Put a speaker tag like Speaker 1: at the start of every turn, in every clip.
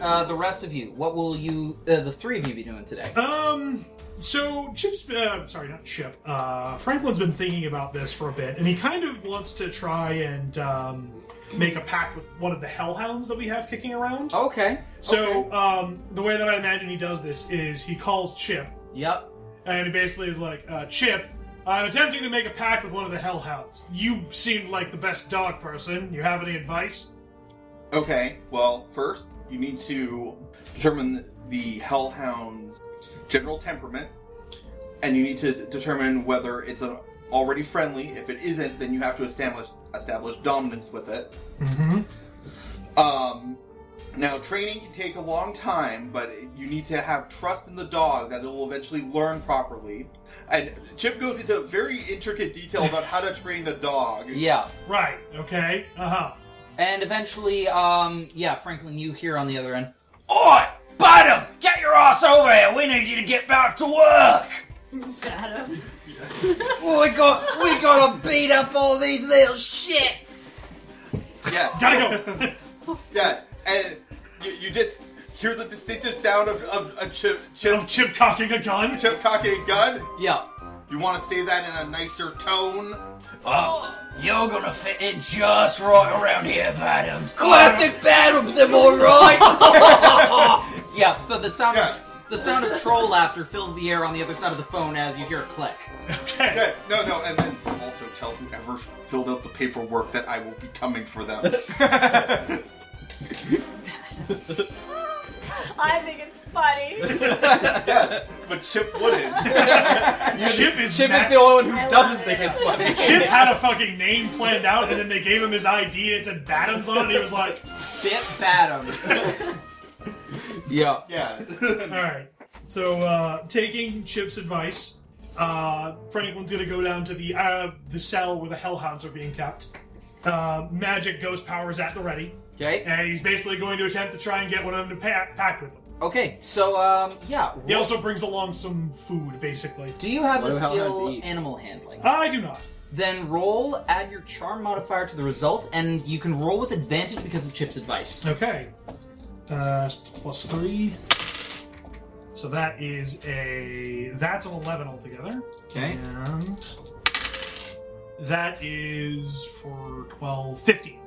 Speaker 1: uh, the rest of you, what will you, uh, the three of you, be doing today?
Speaker 2: Um. So Chip's uh, sorry, not Chip. Uh, Franklin's been thinking about this for a bit, and he kind of wants to try and um, make a pact with one of the hellhounds that we have kicking around.
Speaker 1: Okay.
Speaker 2: So
Speaker 1: Oh, okay.
Speaker 2: um, the way that I imagine he does this is he calls Chip,
Speaker 1: Yep.
Speaker 2: and he basically is like, uh, "Chip, I'm attempting to make a pact with one of the hellhounds. You seem like the best dog person. You have any advice?"
Speaker 3: Okay, well, first, you need to determine the Hellhound's general temperament, and you need to d- determine whether it's an already friendly. If it isn't, then you have to establish establish dominance with it.
Speaker 2: Mm-hmm.
Speaker 3: Um, now, training can take a long time, but it- you need to have trust in the dog that it will eventually learn properly. And Chip goes into very intricate detail about how to train a dog.
Speaker 1: Yeah.
Speaker 2: Right. Okay. Uh huh.
Speaker 1: And eventually, um, yeah, Franklin, you here on the other end.
Speaker 4: Oi! Bottoms! Get your ass over here! We need you to get back to work!
Speaker 5: Got him.
Speaker 1: we got, we gotta beat up all these little shits.
Speaker 3: Yeah.
Speaker 2: Gotta go.
Speaker 3: Yeah, and you, you just hear the distinctive sound of, of, of Chip, Chip,
Speaker 2: of Chip cocking a gun.
Speaker 3: Chip cocking a gun.
Speaker 1: Yeah.
Speaker 3: You want to say that in a nicer tone?
Speaker 4: Oh, you're gonna fit in just right around here, Bottoms.
Speaker 1: battle with them, all right. yeah. So the sound,
Speaker 3: Yeah.
Speaker 1: of, the sound of troll laughter fills the air on the other side of the phone as you hear a click.
Speaker 2: Okay.
Speaker 3: Okay, no, no, and then also tell whoever filled out the paperwork that I will be coming for them.
Speaker 5: I think it's funny.
Speaker 3: yeah, but Chip wouldn't.
Speaker 2: Chip is
Speaker 6: Chip
Speaker 2: mad-
Speaker 6: is the only one
Speaker 5: I
Speaker 6: who
Speaker 5: love
Speaker 6: doesn't
Speaker 5: it.
Speaker 6: think it's funny.
Speaker 2: Chip had a fucking name planned out, and then they gave him his ID, and it said Badams on it. And he was like,
Speaker 1: Bit Badums. yeah.
Speaker 3: Yeah.
Speaker 2: "All right." So, uh, taking Chip's advice, uh, Franklin's gonna go down to the uh, the cell where the hellhounds are being kept. Uh, magic ghost power is at the ready,
Speaker 1: Okay.
Speaker 2: and he's basically going to attempt to try and get one of them to pack, pack with him.
Speaker 1: Okay. So, um, yeah.
Speaker 2: He also brings along some food, basically.
Speaker 1: Do you have
Speaker 6: What
Speaker 1: the
Speaker 6: the hell have to
Speaker 1: skill
Speaker 6: eat?
Speaker 1: animal handling?
Speaker 2: I do not.
Speaker 1: Then roll, add your charm modifier to the result, and you can roll with advantage because of Chip's advice.
Speaker 2: Okay. Uh, plus three. So that is a that's an eleven altogether.
Speaker 1: Okay.
Speaker 2: And that is for 12, 15.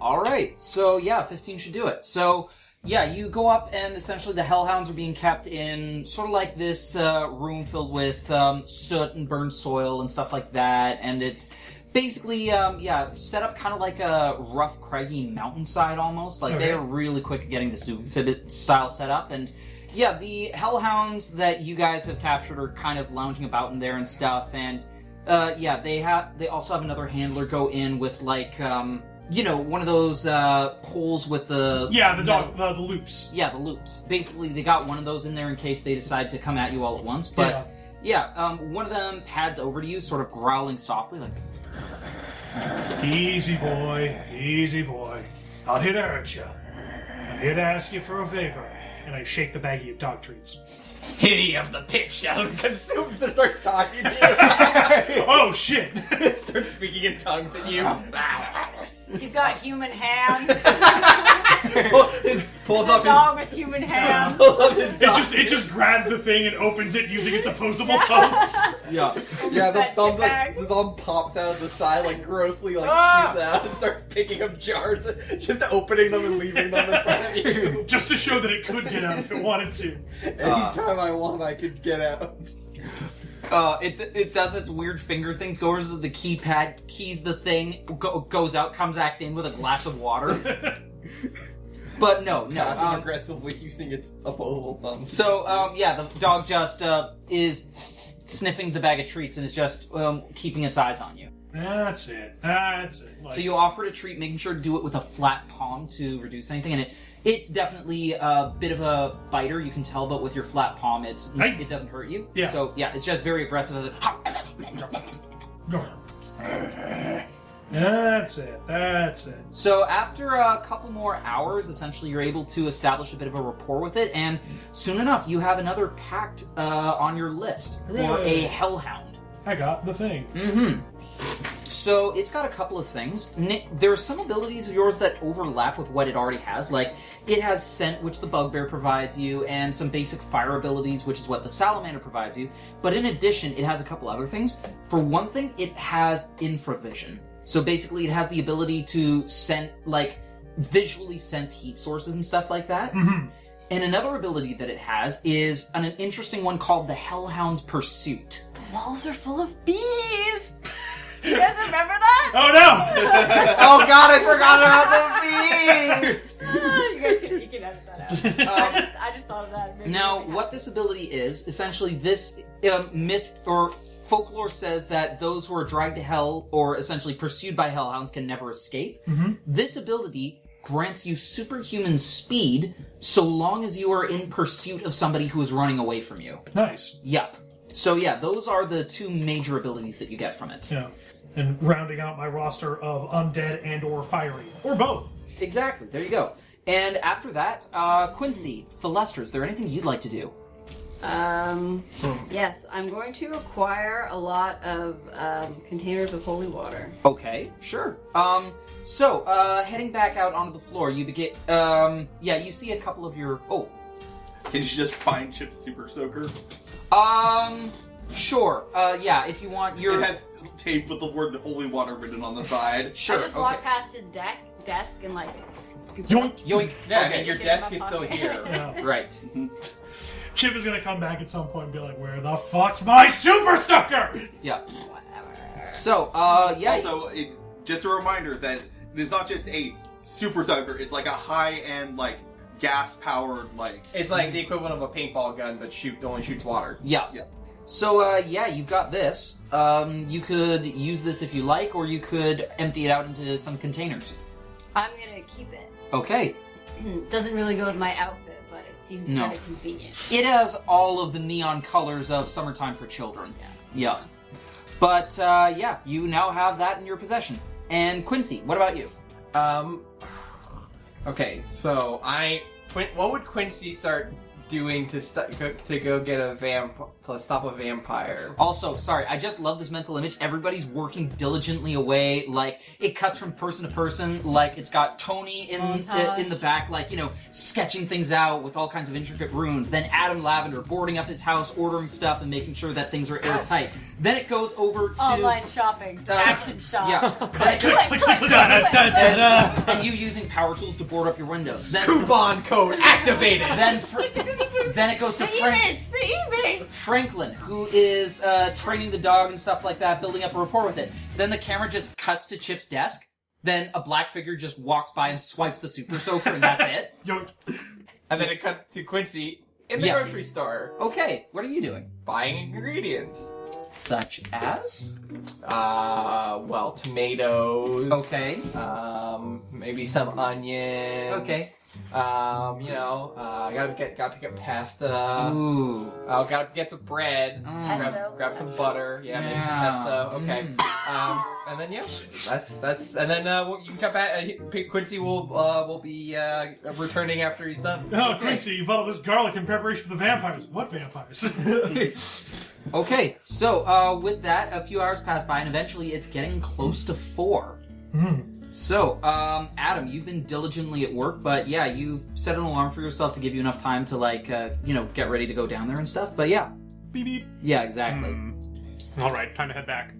Speaker 1: All right. So yeah, 15 should do it. So yeah, you go up, and essentially the hellhounds are being kept in sort of like this uh, room filled with um, soot and burned soil and stuff like that, and it's basically um, yeah set up kind of like a rough craggy mountainside almost like
Speaker 2: Okay.
Speaker 1: they're really quick at getting the zoo exhibit style set up and yeah the hellhounds that you guys have captured are kind of lounging about in there and stuff and uh, yeah they have they also have another handler go in with like um, you know one of those uh, poles with the
Speaker 2: Yeah, the dog, the, the loops.
Speaker 1: yeah the loops basically they got one of those in there in case they decide to come at you all at once but yeah, um, one of them pads over to you, sort of growling softly, like,
Speaker 2: Yeah. Easy boy, easy boy. Not here to hurt you. I'm here to ask you for a favor. And I shake the baggie of dog treats.
Speaker 4: Here you have the pit shell.
Speaker 6: Consumes to start talking to
Speaker 2: Oh shit!
Speaker 6: you. start speaking in tongues at you.
Speaker 5: He's got human hands.
Speaker 6: Pull- it pulls
Speaker 5: A
Speaker 6: up
Speaker 5: dog with human
Speaker 6: his.
Speaker 5: hands.
Speaker 6: Pulls up his
Speaker 2: It
Speaker 6: dog.
Speaker 2: just it just grabs the thing and opens it using its opposable thumbs.
Speaker 1: yeah,
Speaker 6: yeah, the
Speaker 5: that
Speaker 6: thumb
Speaker 5: shit
Speaker 6: like
Speaker 5: bag.
Speaker 6: the thumb pops out of the side like grossly like shoots out and starts picking up jars, just opening them and leaving them in front of you.
Speaker 2: Just to show that it could get out if it wanted to.
Speaker 6: Anytime I want, I could get out.
Speaker 1: uh, it it does its weird finger things, goes to the keypad, keys the thing, go, goes out, comes back in with a glass of water. but no, no.
Speaker 6: Passive
Speaker 1: Um,
Speaker 6: aggressively using its opposable thumb.
Speaker 1: so um, yeah, the dog just uh, is sniffing the bag of treats and is just um, keeping its eyes on you.
Speaker 2: That's it. That's it. Like,
Speaker 1: So you offer to treat, making sure to do it with a flat palm to reduce anything, and it it's definitely a bit of a biter. You can tell, but with your flat palm, it's
Speaker 2: Hey.
Speaker 1: it doesn't hurt you.
Speaker 2: Yeah.
Speaker 1: So yeah, it's just very aggressive as it.
Speaker 2: Go on. That's it. That's it.
Speaker 1: So after a couple more hours, essentially, you're able to establish a bit of a rapport with it, and soon enough, you have another pact uh, on your list for
Speaker 2: Hooray.
Speaker 1: a hellhound.
Speaker 2: I got the thing.
Speaker 1: Mm-hmm. So it's got a couple of things. Ni- There are some abilities of yours that overlap with what it already has. Like it has scent, which the bugbear provides you, and some basic fire abilities, which is what the salamander provides you. But in addition, it has a couple other things. For one thing, it has infravision. So basically, it has the ability to scent, like visually sense heat sources and stuff like that. And another ability that it has is an, an interesting one called the Hellhound's Pursuit.
Speaker 5: Walls are full of bees. You guys remember that?
Speaker 4: Oh no!
Speaker 6: Oh god, I forgot about the bees!
Speaker 5: Ah, you guys can, you can edit that out. I, just, I just thought of that. Maybe
Speaker 1: Now,
Speaker 5: something
Speaker 1: what this ability is, essentially, this um, myth or folklore says that those who are dragged to hell or essentially pursued by hellhounds can never escape. This ability grants you superhuman speed so long as you are in pursuit of somebody who is running away from you.
Speaker 2: Nice.
Speaker 1: Yep. So, yeah, those are the two major abilities that you get from it.
Speaker 2: Yeah. And rounding out my roster of undead and or fiery. Or both.
Speaker 1: Exactly. There you go. And after that, uh, Quincy, the Lester, is there anything you'd like to do?
Speaker 7: Um, yes, I'm going to acquire a lot of um, containers of holy water.
Speaker 1: Okay, sure. Um, so uh, heading back out onto the floor, you begin. Um, yeah, you see a couple of your. Oh,
Speaker 3: Can you just find Chip Super Soaker?
Speaker 1: um, sure. Uh, yeah, if you want your.
Speaker 3: It has tape with the word holy water written on the side.
Speaker 1: Sure.
Speaker 7: I just
Speaker 1: okay.
Speaker 7: walked past his deck desk and like. scooped
Speaker 2: Yoink.
Speaker 7: up.
Speaker 1: Yoink.
Speaker 6: Yeah,
Speaker 1: okay.
Speaker 6: and your
Speaker 7: Get
Speaker 6: desk
Speaker 7: in
Speaker 6: is
Speaker 7: my
Speaker 6: still
Speaker 7: pocket.
Speaker 6: here.
Speaker 2: Yeah.
Speaker 1: Right.
Speaker 2: Chip is gonna come back at some point and be like, Where the fuck's my super sucker?
Speaker 1: Yeah.
Speaker 7: Whatever.
Speaker 1: So, uh, yeah.
Speaker 3: Also, it, just a reminder that it's not just a super soaker, it's like a high end, like, gas powered, like.
Speaker 6: It's like the equivalent of a paintball gun, but shoot only shoots water.
Speaker 1: yeah.
Speaker 3: Yeah.
Speaker 1: So, uh, yeah, you've got this. Um, you could use this if you like, or you could empty it out into some containers.
Speaker 7: I'm gonna keep it.
Speaker 1: Okay.
Speaker 7: Hmm, Doesn't really go with my outfit, but it seems
Speaker 1: No.
Speaker 7: kind of convenient.
Speaker 1: It has all of the neon colors of Summertime for Children. Yeah. But uh, yeah, you now have that in your possession. And Quincy, what about you?
Speaker 6: Um. Okay, so I. Quin- what would Quincy start doing to st- go, to go get a vamp to stop a vampire?
Speaker 1: Also, sorry, I just love this mental image. Everybody's working diligently away. Like it cuts from person to person. Like it's got Tony in
Speaker 7: Montage.
Speaker 1: in the back, like you know, sketching things out with all kinds of intricate runes. Then Adam Lavender boarding up his house, ordering stuff, and making sure that things are airtight. then it goes over to
Speaker 5: Ah. Online shopping.
Speaker 1: Uh,
Speaker 5: Action shop.
Speaker 1: Yeah. Then it goes-
Speaker 5: Click, click, click, click, click.
Speaker 1: and you using power tools to board up your windows. Then
Speaker 6: Coupon code activated.
Speaker 1: then Fr- then it goes to
Speaker 5: The
Speaker 1: Frank-
Speaker 5: evenings, the evenings.
Speaker 1: Franklin, who is uh, training the dog and stuff like that, building up a rapport with it. Then the camera just cuts to Chip's desk. Then a black figure just walks by and swipes the super soaker, and that's it.
Speaker 2: Yoink.
Speaker 6: and then it cuts to Quincy in the
Speaker 1: Yeah.
Speaker 6: grocery store
Speaker 1: Okay, what are you doing?
Speaker 6: buying ingredients.
Speaker 1: Such as?
Speaker 6: Uh, well, tomatoes.
Speaker 1: Okay.
Speaker 6: Um, maybe some onions.
Speaker 1: Okay.
Speaker 6: Um, you know, uh, I gotta get gotta pick up pasta.
Speaker 1: Ooh.
Speaker 6: Oh, gotta get the bread.
Speaker 1: Mm.
Speaker 7: Pesto.
Speaker 6: Grab, grab some butter. Yeah, make
Speaker 1: Yeah. Mm.
Speaker 6: some pesto. Okay. Um, and then yeah, that's that's. And then uh, we'll- you can come back. Uh, he- Quincy will uh, will be uh, returning after he's done.
Speaker 2: Oh, Quincy, you bought all this garlic in preparation for the vampires. What vampires?
Speaker 1: Okay, so uh, with that, a few hours pass by, and eventually it's getting close to four. So, um, Adam, you've been diligently at work, but yeah, you've set an alarm for yourself to give you enough time to, like, uh, you know, get ready to go down there and stuff. But yeah,
Speaker 8: Beep beep.
Speaker 1: yeah, exactly.
Speaker 8: All right, time to head back.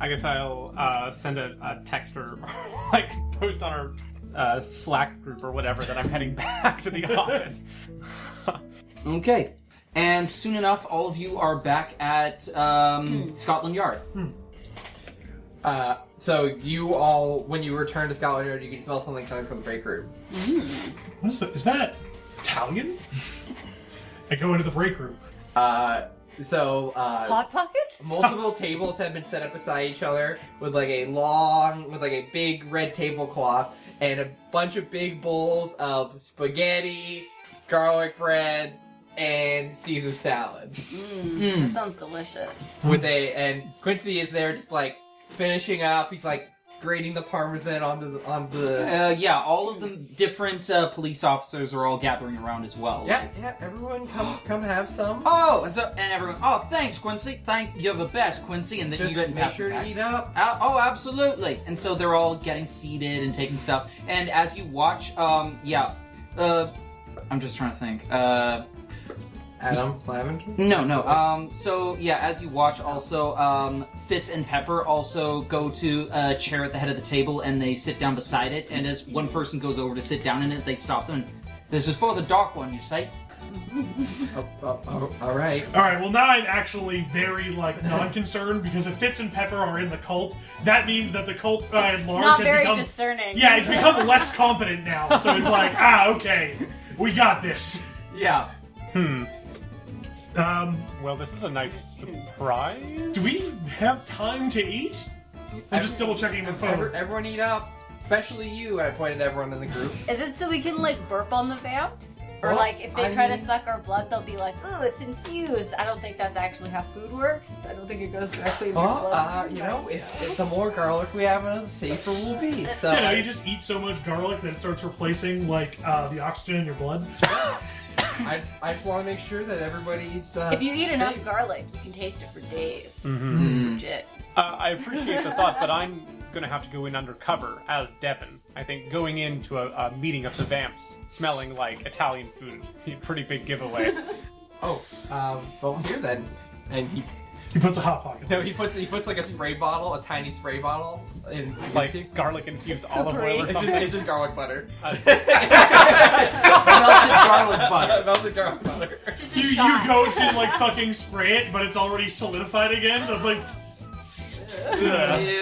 Speaker 8: I guess I'll uh, send a, a text or like post on our uh, Slack group or whatever that I'm heading back to the office.
Speaker 1: Okay, and soon enough, all of you are back at um, Scotland Yard.
Speaker 6: Uh, so you all, when you return to Scotland Yard, you can smell something coming from the break room.
Speaker 2: What is that? Is that Italian? I go into the break room.
Speaker 6: Uh, so uh,
Speaker 7: Hot pockets?
Speaker 6: multiple tables have been set up beside each other with like a long with like a big red tablecloth and a bunch of big bowls of spaghetti garlic bread and caesar salad
Speaker 5: Mm.
Speaker 7: That sounds delicious.
Speaker 1: Hmm.
Speaker 6: with a and quincy is there just like finishing up he's like grating the parmesan onto the onto the.
Speaker 1: Uh, yeah, all of the different uh, police officers are all gathering around as well.
Speaker 6: Yeah, yeah. Everyone, come come have some.
Speaker 1: Oh, and so and everyone. Oh, thanks, Quincy. Thank you're the best, Quincy. And then
Speaker 6: Just
Speaker 1: you get
Speaker 6: make sure to eat up.
Speaker 1: Uh, oh, absolutely. And so they're all getting seated and taking stuff. And as you watch, um, yeah, uh, I'm just trying to think. Uh,
Speaker 6: Adam Lavender.
Speaker 1: no, no. Um, so yeah, as you watch, also um, Fitz and Pepper also go to a chair at the head of the table and they sit down beside it. And as one person goes over to sit down in it, they stop them. This is for the dark one, you say?
Speaker 6: Oh, oh, oh, all right.
Speaker 2: All right. Well, now I'm actually very like non-concerned because if Fitz and Pepper are in the cult, that means that the cult by and large
Speaker 5: Not
Speaker 2: has
Speaker 5: very
Speaker 2: become
Speaker 5: discerning.
Speaker 2: yeah, it's become less competent now. So it's like ah, okay, we got this.
Speaker 1: Yeah.
Speaker 2: Um,
Speaker 8: Hmm. Well, this is a nice surprise.
Speaker 2: do we have time to eat? I'm just double checking the
Speaker 6: Every-
Speaker 2: phone.
Speaker 6: everyone eat up, especially you. I pointed at everyone in the group.
Speaker 5: Is it so we can like burp on the vamps? Or
Speaker 6: Well,
Speaker 5: like if they
Speaker 6: I
Speaker 5: try to
Speaker 6: mean-
Speaker 5: suck our blood, they'll be like, "Ooh, it's infused." I don't think that's actually how food works. I don't think it goes directly into your
Speaker 6: Well, uh,
Speaker 5: blood.
Speaker 6: you know, if, if the more garlic we have, the safer we'll be. So
Speaker 2: You know, you just eat so much garlic that it starts replacing like uh, the oxygen in your blood.
Speaker 6: I, I just want to make sure that everybody eats. Uh,
Speaker 5: if you eat enough
Speaker 6: safe.
Speaker 5: garlic, you can taste it for days.
Speaker 8: Hmm.
Speaker 1: Mm-hmm.
Speaker 5: Legit.
Speaker 8: Mm-hmm. Uh, I appreciate the thought, but I'm going to have to go in undercover as Devin. I think going into a, a meeting of the vamps smelling like Italian food would be a pretty big giveaway.
Speaker 6: oh, um, well here then, and he
Speaker 2: He puts a hot pocket.
Speaker 6: no, he puts he puts like a spray bottle, a tiny spray bottle, in
Speaker 8: It's like garlic infused olive oil or
Speaker 6: It's just,
Speaker 8: something. Uh,
Speaker 6: it's just garlic butter.
Speaker 1: Melted garlic butter.
Speaker 6: Melted garlic butter.
Speaker 5: It's just a
Speaker 2: You, you
Speaker 5: shot.
Speaker 2: go to like fucking spray it, but it's already solidified again, so it's like. Ugh.
Speaker 1: Ew.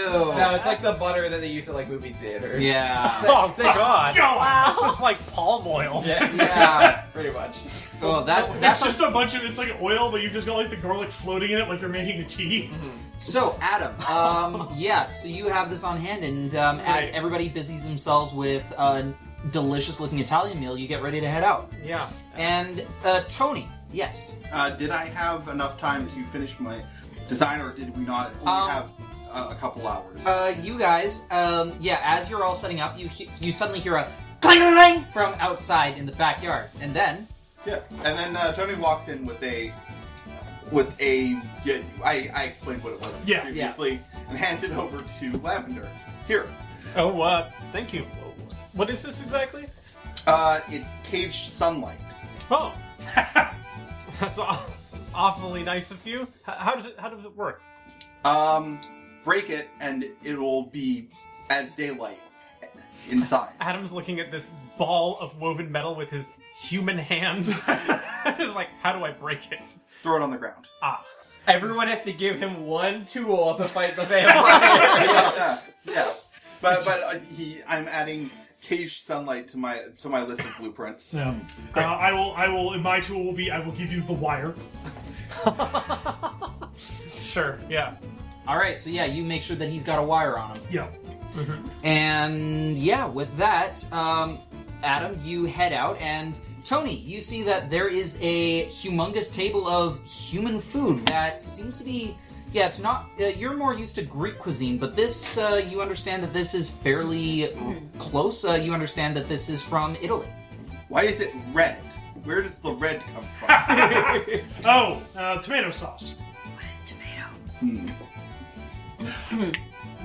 Speaker 6: No, it's like the butter that they use at like movie theaters.
Speaker 1: Yeah.
Speaker 8: oh, God.
Speaker 2: God.
Speaker 8: It's just like palm oil.
Speaker 6: Yeah.
Speaker 1: Yeah.
Speaker 6: Pretty much.
Speaker 1: Oh, that,
Speaker 2: It's
Speaker 1: that's
Speaker 2: just a bunch of it's like oil, but you've just got like the garlic floating in it, like they're making a tea.
Speaker 1: so. Adam, um, yeah. So you have this on hand, and um, as
Speaker 8: Right.
Speaker 1: everybody busies themselves with a delicious-looking Italian meal, you get ready to head out.
Speaker 8: Yeah.
Speaker 1: And uh, Tony, yes.
Speaker 3: Uh, did I have enough time to finish my design, or did we not only
Speaker 1: Um,
Speaker 3: have a, a couple hours?
Speaker 1: Uh, you guys, um, yeah. As you're all setting up, you he- you suddenly hear a clang clang from outside in the backyard, and then
Speaker 3: yeah, and then uh, Tony walks in with a with a. Yeah, I, I explained what it was
Speaker 2: Yeah.
Speaker 3: previously, and hands it over to Lavender. Here,
Speaker 8: Oh, uh, thank you. What is this exactly?
Speaker 3: uh, it's caged sunlight.
Speaker 8: Oh. That's aw- awfully nice of you. H- How does it, how does it work?
Speaker 3: Um, break it, and it will be as daylight inside.
Speaker 8: Adam's looking at this ball of woven metal with his human hands. He's like, how do I break it?
Speaker 3: Throw it on the ground.
Speaker 8: Ah.
Speaker 6: Everyone has to give him one tool to fight the vampire.
Speaker 3: yeah, yeah. But but uh, he, I'm adding caged sunlight to my to my list of blueprints.
Speaker 2: So uh, I will, I will. and My tool will be, I will give you the wire.
Speaker 8: Sure, yeah.
Speaker 1: all right. So yeah, you make sure that he's got a wire on him.
Speaker 2: Yeah.
Speaker 1: And yeah, with that, um, Adam, you head out, and Tony, you see that there is a humongous table of human food that seems to be. Yeah, it's not. Uh, you're more used to Greek cuisine, but this, uh, you understand that this is fairly close. Uh, you understand that this is from Italy.
Speaker 3: Why is it red? Where does the red come from?
Speaker 2: Oh, uh, tomato sauce.
Speaker 5: What is tomato?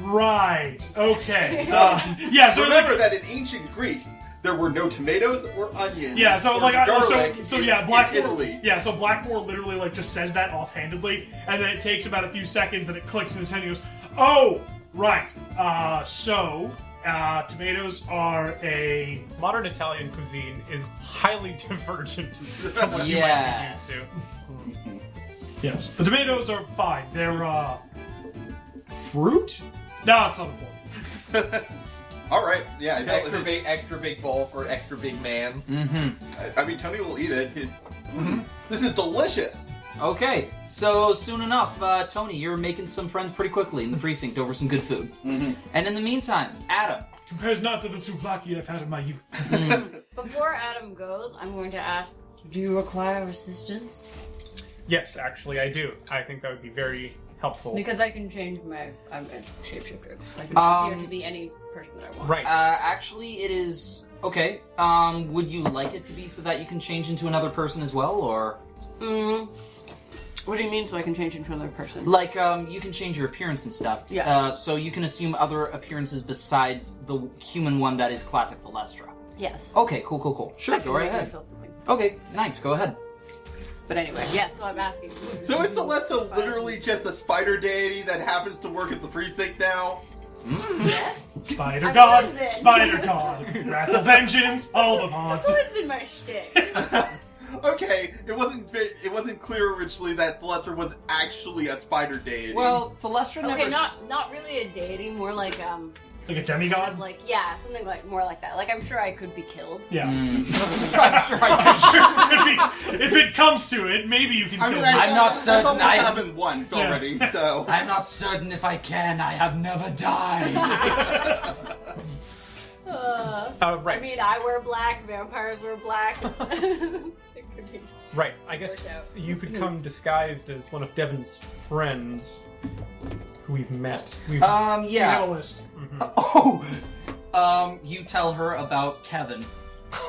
Speaker 2: Right. Okay. Uh, yeah. So
Speaker 3: Remember that in ancient Greek there were no tomatoes or onions.
Speaker 2: Yeah, so
Speaker 3: or
Speaker 2: like, I, so,
Speaker 3: garlic
Speaker 2: so
Speaker 3: in-
Speaker 2: yeah, Blackmore.
Speaker 3: in Italy.
Speaker 2: Yeah, so Blackmore literally like just says that offhandedly, and then it takes about a few seconds, and it clicks in his head, and he goes, "Oh, right. Uh, so uh, tomatoes are a
Speaker 8: Modern Italian cuisine is highly divergent from what
Speaker 1: Yes.
Speaker 8: you might be used
Speaker 2: yes. The tomatoes are fine. They're uh, fruit. No, it's not important.
Speaker 3: All right. Yeah. that
Speaker 6: extra
Speaker 3: was it.
Speaker 6: big, extra big bowl for extra big man.
Speaker 3: I, I mean, Tony will eat it. It- This is delicious.
Speaker 1: Okay, so soon enough, uh, Tony, you're making some friends pretty quickly in the precinct over some good food. And in the meantime, Adam.
Speaker 2: Compares not to the souvlaki I've had in my youth.
Speaker 7: Before Adam goes, I'm going to ask Do you require assistance?
Speaker 8: to. Yes, actually, I do. I think that would be very helpful.
Speaker 7: Because I can change my. I'm a shapeshifter. So I can appear
Speaker 1: Um,
Speaker 7: to be any person that I want.
Speaker 8: right.
Speaker 1: Uh, actually, it is okay. Um, would you like it to be so that you can change into another person as well, or
Speaker 7: Mm. What do you mean? So I can change into another person?
Speaker 1: like um, you can change your appearance and stuff?
Speaker 7: Yeah.
Speaker 1: Uh, so you can assume other appearances besides the human one that is classic Valestra.
Speaker 7: yes.
Speaker 1: Okay, cool, cool, cool. Sure,
Speaker 7: I can
Speaker 1: go right
Speaker 7: make
Speaker 1: ahead.
Speaker 7: myself something.
Speaker 1: Okay, nice. Go ahead.
Speaker 7: But anyway, yeah. So I'm asking.
Speaker 3: So is Celesta literally just a spider deity that happens to work at the precinct now?
Speaker 5: Yes.
Speaker 2: Spider
Speaker 5: I
Speaker 2: God,
Speaker 5: love it.
Speaker 2: Spider God, Wrath of Vengeance, all the haunts.
Speaker 5: What's in my shtick?
Speaker 3: Okay, it wasn't ve- it wasn't clear originally that Celesta was actually a spider deity.
Speaker 1: Well, Thalestra never.
Speaker 7: Okay,
Speaker 1: s-
Speaker 7: not not really a deity, more like um,
Speaker 2: Like a
Speaker 7: kind of
Speaker 2: demigod?
Speaker 7: like yeah, something like more like that. Like I'm sure I could be killed.
Speaker 2: Yeah.
Speaker 1: Mm. I'm sure I can.
Speaker 2: Sure, maybe- if it comes to it, maybe you can
Speaker 3: I
Speaker 2: kill
Speaker 3: mean,
Speaker 2: me.
Speaker 3: I,
Speaker 1: I'm
Speaker 3: that-
Speaker 1: not
Speaker 3: that's
Speaker 1: certain,
Speaker 3: almost
Speaker 1: I-
Speaker 3: happened once
Speaker 2: Yeah.
Speaker 3: already, so
Speaker 1: I'm not certain if I can. I have never died.
Speaker 5: Uh,
Speaker 8: uh,
Speaker 5: I
Speaker 8: right.
Speaker 5: mean, I wear black. Vampires wear black. it could be.
Speaker 8: Right. I guess
Speaker 5: Work out.
Speaker 8: you could come disguised as one of Devin's friends who we've met. We've,
Speaker 1: um,
Speaker 2: I have
Speaker 1: yeah.
Speaker 2: a list.
Speaker 1: Oh. Um, you tell her about Kevin.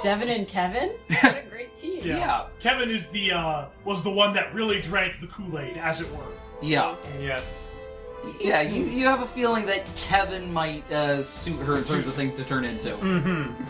Speaker 5: Devin and Kevin? What a great team.
Speaker 2: Yeah.
Speaker 1: Yeah.
Speaker 2: Kevin is the uh, was the one that really drank the Kool Aid, as it were.
Speaker 1: Yeah.
Speaker 8: yes.
Speaker 1: Yeah, you, you have a feeling that Kevin might uh, suit her in terms of things to turn into.
Speaker 8: Mm-hmm.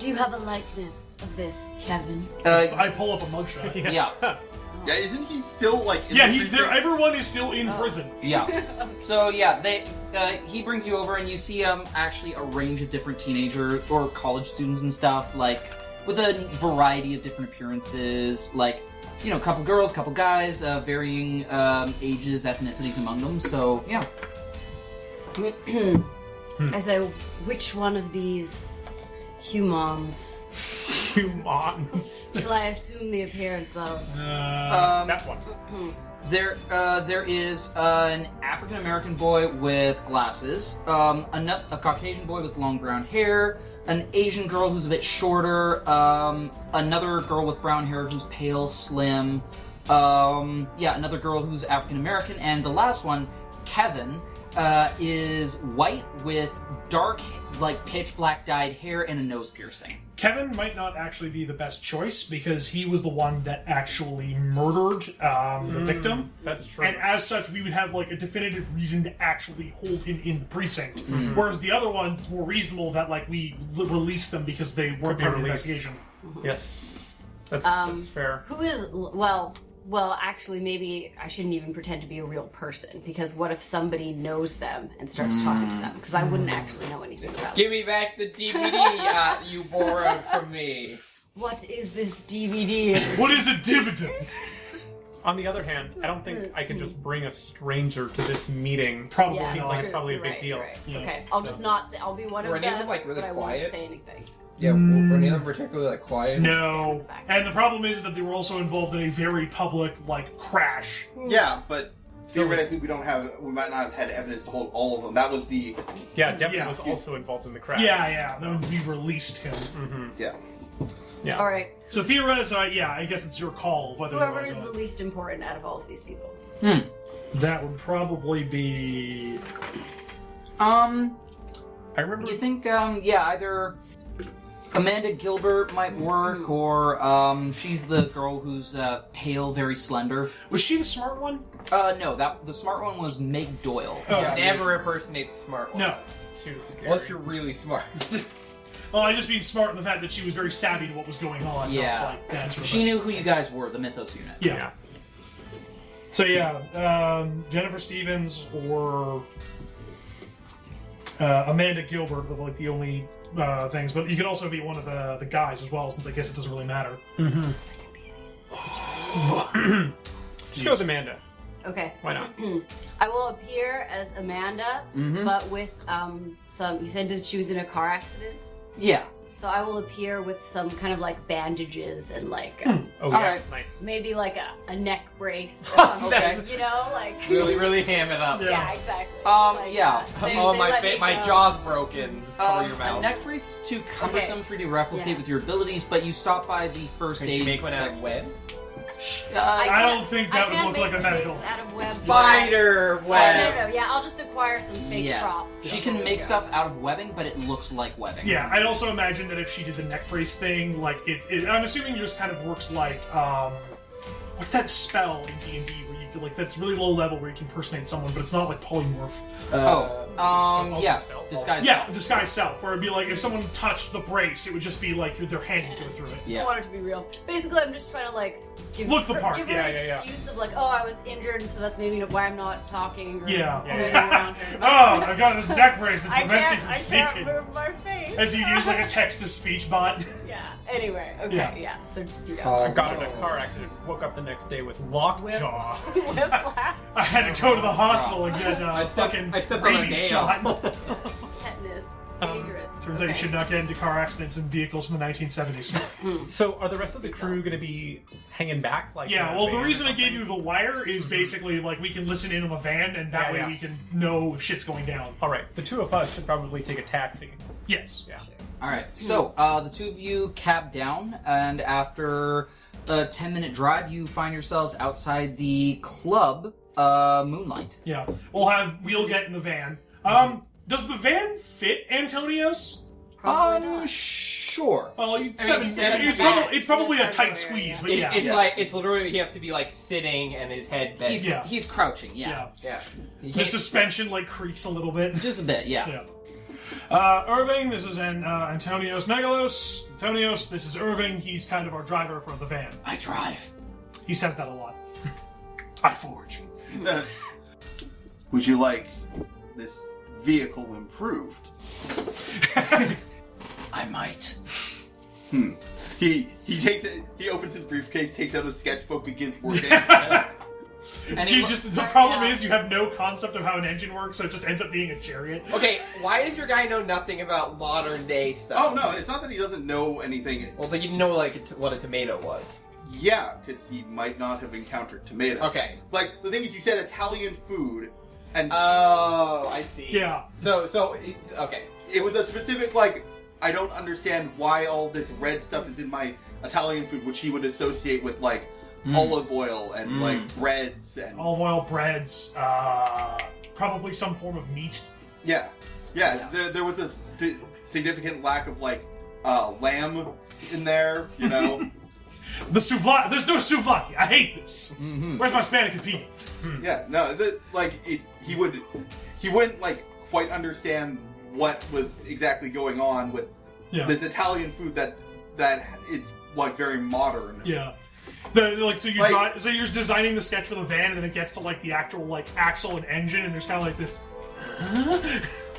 Speaker 7: Do you have a likeness of this, Kevin?
Speaker 1: Uh,
Speaker 2: I pull up a mugshot. yeah,
Speaker 8: Yes.
Speaker 3: yeah, isn't he still like? in the
Speaker 2: he's there.
Speaker 3: precinct?
Speaker 2: Everyone is still in prison.
Speaker 1: yeah. So yeah, they uh, he brings you over and you see um actually a range of different teenager or college students and stuff like with a variety of different appearances, like you know, couple girls, couple guys, uh, varying um, ages, ethnicities among them. So yeah,
Speaker 7: I say, which one of these humans
Speaker 8: Humans.
Speaker 7: shall I assume the appearance of?
Speaker 2: Uh,
Speaker 1: Um,
Speaker 2: that one.
Speaker 1: There, uh, there is uh, an African American boy with glasses, um, a, nu- a Caucasian boy with long brown hair, an Asian girl who's a bit shorter, um, another girl with brown hair who's pale, slim, um, yeah, another girl who's African American, and the last one, Kevin, uh, is white with dark, like pitch black dyed hair and a nose piercing.
Speaker 2: Kevin might not actually be the best choice because he was the one that actually murdered um, the victim.
Speaker 8: Mm. That's true.
Speaker 2: And uh, as such, we would have like a definitive reason to actually hold him in the precinct. Whereas the other ones were reasonable that like we l- released them because they weren't
Speaker 8: be
Speaker 2: part of the
Speaker 8: released.
Speaker 2: investigation.
Speaker 8: yes. That's,
Speaker 7: Um,
Speaker 8: that's fair.
Speaker 7: Who is well? Well, actually, maybe I shouldn't even pretend to be a real person because what if somebody knows them and starts talking to them? Because I wouldn't actually know anything about them.
Speaker 6: Give me back the DVD uh, you borrowed from me.
Speaker 7: What is this DVD?
Speaker 2: What is a dividend?
Speaker 8: On the other hand, I don't think I can just bring a stranger to this meeting. Probably
Speaker 7: Yeah,
Speaker 8: seems like it's
Speaker 7: true.
Speaker 8: probably a big
Speaker 7: Right,
Speaker 8: deal.
Speaker 7: right. Okay, I'll just not say. I'll be one
Speaker 6: Were
Speaker 7: of
Speaker 6: any of
Speaker 7: them,
Speaker 6: them, like, really
Speaker 7: but I
Speaker 6: quiet?
Speaker 7: won't say anything.
Speaker 6: Yeah, were any of them particularly like quiet?
Speaker 2: No.
Speaker 7: back.
Speaker 2: And the problem is that they were also involved in a very public like crash.
Speaker 3: yeah, but theoretically we don't have we might not have had evidence to hold all of them. That was the
Speaker 8: Yeah, Devin
Speaker 2: Yeah.
Speaker 8: was also involved in the crash.
Speaker 2: Yeah, yeah. Then we released him.
Speaker 3: yeah.
Speaker 8: Yeah.
Speaker 7: All right,
Speaker 2: So theoretically, uh, yeah, I guess it's your call of whether you
Speaker 7: whoever
Speaker 2: wanna
Speaker 7: is
Speaker 2: go.
Speaker 7: the least important out of all of these people.
Speaker 2: That would probably be.
Speaker 1: Um,
Speaker 8: I remember.
Speaker 1: You think, um, yeah, either Amanda Gilbert might work, or um, she's the girl who's uh, pale, very slender.
Speaker 2: Was she the smart one?
Speaker 1: Uh, no, that the smart one was Meg Doyle.
Speaker 2: Oh,
Speaker 6: Yeah, never impersonate the smart one.
Speaker 2: No.
Speaker 8: she was scary.
Speaker 6: Unless you're really smart.
Speaker 2: Well, I just mean smart in the fact that she was very savvy to what was going on. not
Speaker 1: Yeah.
Speaker 2: Like that sort of
Speaker 1: She
Speaker 2: thing.
Speaker 1: knew who you guys were, the Mythos unit.
Speaker 2: Yeah. So yeah, um, Jennifer Stevens or uh, Amanda Gilbert were like the only uh, things, but you could also be one of the the guys as well, since I guess it doesn't really matter.
Speaker 8: Just go with Amanda.
Speaker 7: Okay,
Speaker 8: Why not?
Speaker 7: I will appear as Amanda, but with um some. You said that she was in a car accident,
Speaker 1: Yeah.
Speaker 7: so I will appear with some kind of like bandages and like um,
Speaker 8: Oh,
Speaker 1: All
Speaker 8: yeah.
Speaker 1: right.
Speaker 8: Nice.
Speaker 7: maybe like a, a neck brace. Or something,
Speaker 1: Okay.
Speaker 7: You know, like
Speaker 6: really, really ham it up.
Speaker 7: yeah, exactly.
Speaker 1: Um,
Speaker 7: Like
Speaker 1: yeah.
Speaker 7: that. They-
Speaker 6: oh,
Speaker 7: they
Speaker 6: my
Speaker 7: let me
Speaker 6: fa- my
Speaker 7: go.
Speaker 6: jaw's broken. Just cover
Speaker 1: Um,
Speaker 6: your
Speaker 1: a
Speaker 6: mouth.
Speaker 1: neck brace is too cumbersome for you to replicate
Speaker 7: Yeah.
Speaker 1: with your abilities, but you stop by the first
Speaker 6: Could
Speaker 1: aid
Speaker 6: you make one out
Speaker 1: section.
Speaker 6: of web?
Speaker 1: Sh- Uh,
Speaker 2: I
Speaker 7: can't-
Speaker 2: don't think
Speaker 7: I
Speaker 2: that would
Speaker 7: can't
Speaker 2: look like
Speaker 7: make
Speaker 2: a medical.
Speaker 7: things Out of web
Speaker 6: Spider
Speaker 7: Oh, no,
Speaker 6: web.
Speaker 7: no, yeah, I'll just acquire some fake
Speaker 1: yes,
Speaker 7: props.
Speaker 1: she can make stuff out of webbing, but it looks like webbing.
Speaker 2: Yeah, I'd also imagine that if she did the neck brace thing, like it, it I'm assuming yours kind of works like um, what's that spell in D and D where you can like that's really low level where you can impersonate someone, but it's not like polymorph.
Speaker 6: Uh,
Speaker 1: Oh, um, yeah, disguise.
Speaker 2: Yeah, disguise self, where it'd be like if someone touched the brace, it would just be like their hand would go through it.
Speaker 7: I
Speaker 1: Yeah.
Speaker 7: want it to be real. Basically, I'm just trying to like give
Speaker 2: Look the
Speaker 7: her,
Speaker 2: part.
Speaker 7: give her
Speaker 8: Yeah,
Speaker 7: an
Speaker 8: yeah, yeah.
Speaker 7: excuse of like, oh, I was injured, and so that's maybe why I'm not talking. Or
Speaker 2: Yeah.
Speaker 7: or moving around very
Speaker 2: oh,
Speaker 7: much.
Speaker 2: I've got this neck brace that
Speaker 7: I
Speaker 2: prevents me
Speaker 7: can't.
Speaker 2: from
Speaker 7: I can't
Speaker 2: speaking.
Speaker 7: move my face.
Speaker 2: As you use like a text to speech bot.
Speaker 7: yeah. Anyway. Okay.
Speaker 2: Yeah.
Speaker 7: Yeah. So just do that.
Speaker 6: Oh,
Speaker 8: Got in a car accident, woke up the next day with locked jaw.
Speaker 7: Whiplash.
Speaker 2: I had to go to the hospital and get uh,
Speaker 6: I stepped-
Speaker 2: fucking
Speaker 6: I stepped on a
Speaker 2: rabies
Speaker 6: nail.
Speaker 2: shot.
Speaker 7: Tetanus.
Speaker 8: Um,
Speaker 7: Dangerous.
Speaker 2: Turns out you
Speaker 7: Okay.
Speaker 2: should not get into car accidents in vehicles from the 1970s.
Speaker 8: So, are the rest of the crew going to be hanging back? Like, in
Speaker 2: Yeah,
Speaker 8: a
Speaker 2: well, the
Speaker 8: van or
Speaker 2: reason I gave
Speaker 8: something?
Speaker 2: you the wire is basically like we can listen in on a van, and that
Speaker 8: Yeah,
Speaker 2: way
Speaker 8: yeah.
Speaker 2: we can know if shit's going down.
Speaker 8: All right, the two of us should probably take a taxi.
Speaker 2: Yes.
Speaker 8: Yeah.
Speaker 1: All right. So uh, the two of you cab down, and after a ten-minute drive, you find yourselves outside the club, uh, Moonlight.
Speaker 2: Yeah. We'll have we'll get in the van. Um, does the van fit Antonio's?
Speaker 1: um, sure.
Speaker 2: Well, it's, seven-
Speaker 6: it's-
Speaker 2: it's
Speaker 6: it's-
Speaker 2: probably, it's probably a
Speaker 5: it's
Speaker 2: tight
Speaker 5: everywhere,
Speaker 2: squeeze,
Speaker 5: yeah.
Speaker 2: but yeah.
Speaker 6: It's
Speaker 2: yeah.
Speaker 6: like it's literally he has to be like sitting and his head bent.
Speaker 1: He's
Speaker 2: Yeah.
Speaker 1: he's crouching. Yeah.
Speaker 6: yeah.
Speaker 1: He
Speaker 2: The
Speaker 1: can't-
Speaker 2: suspension like creaks a little bit.
Speaker 1: just a bit. Yeah.
Speaker 2: Yeah. Uh, Irving, this is an, uh, Antonios Megalos. Antonios, this is Irving. He's kind of our driver for the van.
Speaker 1: I drive.
Speaker 2: He says that a lot. I forge.
Speaker 3: Would you like this vehicle improved?
Speaker 1: I might.
Speaker 3: He he takes it. He opens his briefcase, takes out a sketchbook, begins working.
Speaker 1: And
Speaker 2: Dude,
Speaker 1: lo-
Speaker 2: just the problem
Speaker 7: yeah.
Speaker 2: is you have no concept of how an engine works, so it just ends up being a chariot.
Speaker 6: Okay, why does your guy know nothing about modern day stuff?
Speaker 3: oh no, it's not that he doesn't know anything.
Speaker 6: Well, like you know like a t- what a tomato was.
Speaker 3: Yeah, because he might not have encountered tomato.
Speaker 6: Okay.
Speaker 3: Like the thing is, you said Italian food, and
Speaker 6: Oh, I see.
Speaker 2: Yeah.
Speaker 6: So so it's, okay.
Speaker 3: it was a specific like. I don't understand why all this red stuff is in my Italian food, which he would associate with like olive oil and like breads and
Speaker 2: Olive oil, breads, uh, probably some form of meat.
Speaker 3: Yeah, yeah. There, there was a st- significant lack of like uh, lamb in there. You know.
Speaker 2: The souvlaki. There's no souvlaki. I hate this. Where's my Spanish pizza?
Speaker 3: yeah. No. The, like it, he would, he wouldn't like quite understand what was exactly going on with
Speaker 2: Yeah.
Speaker 3: this Italian food that that is like very modern.
Speaker 2: Yeah. The, like so you
Speaker 3: Like-
Speaker 2: draw, so you're designing the sketch for the van, and then it gets to like the actual like axle and engine, and there's kind of like this.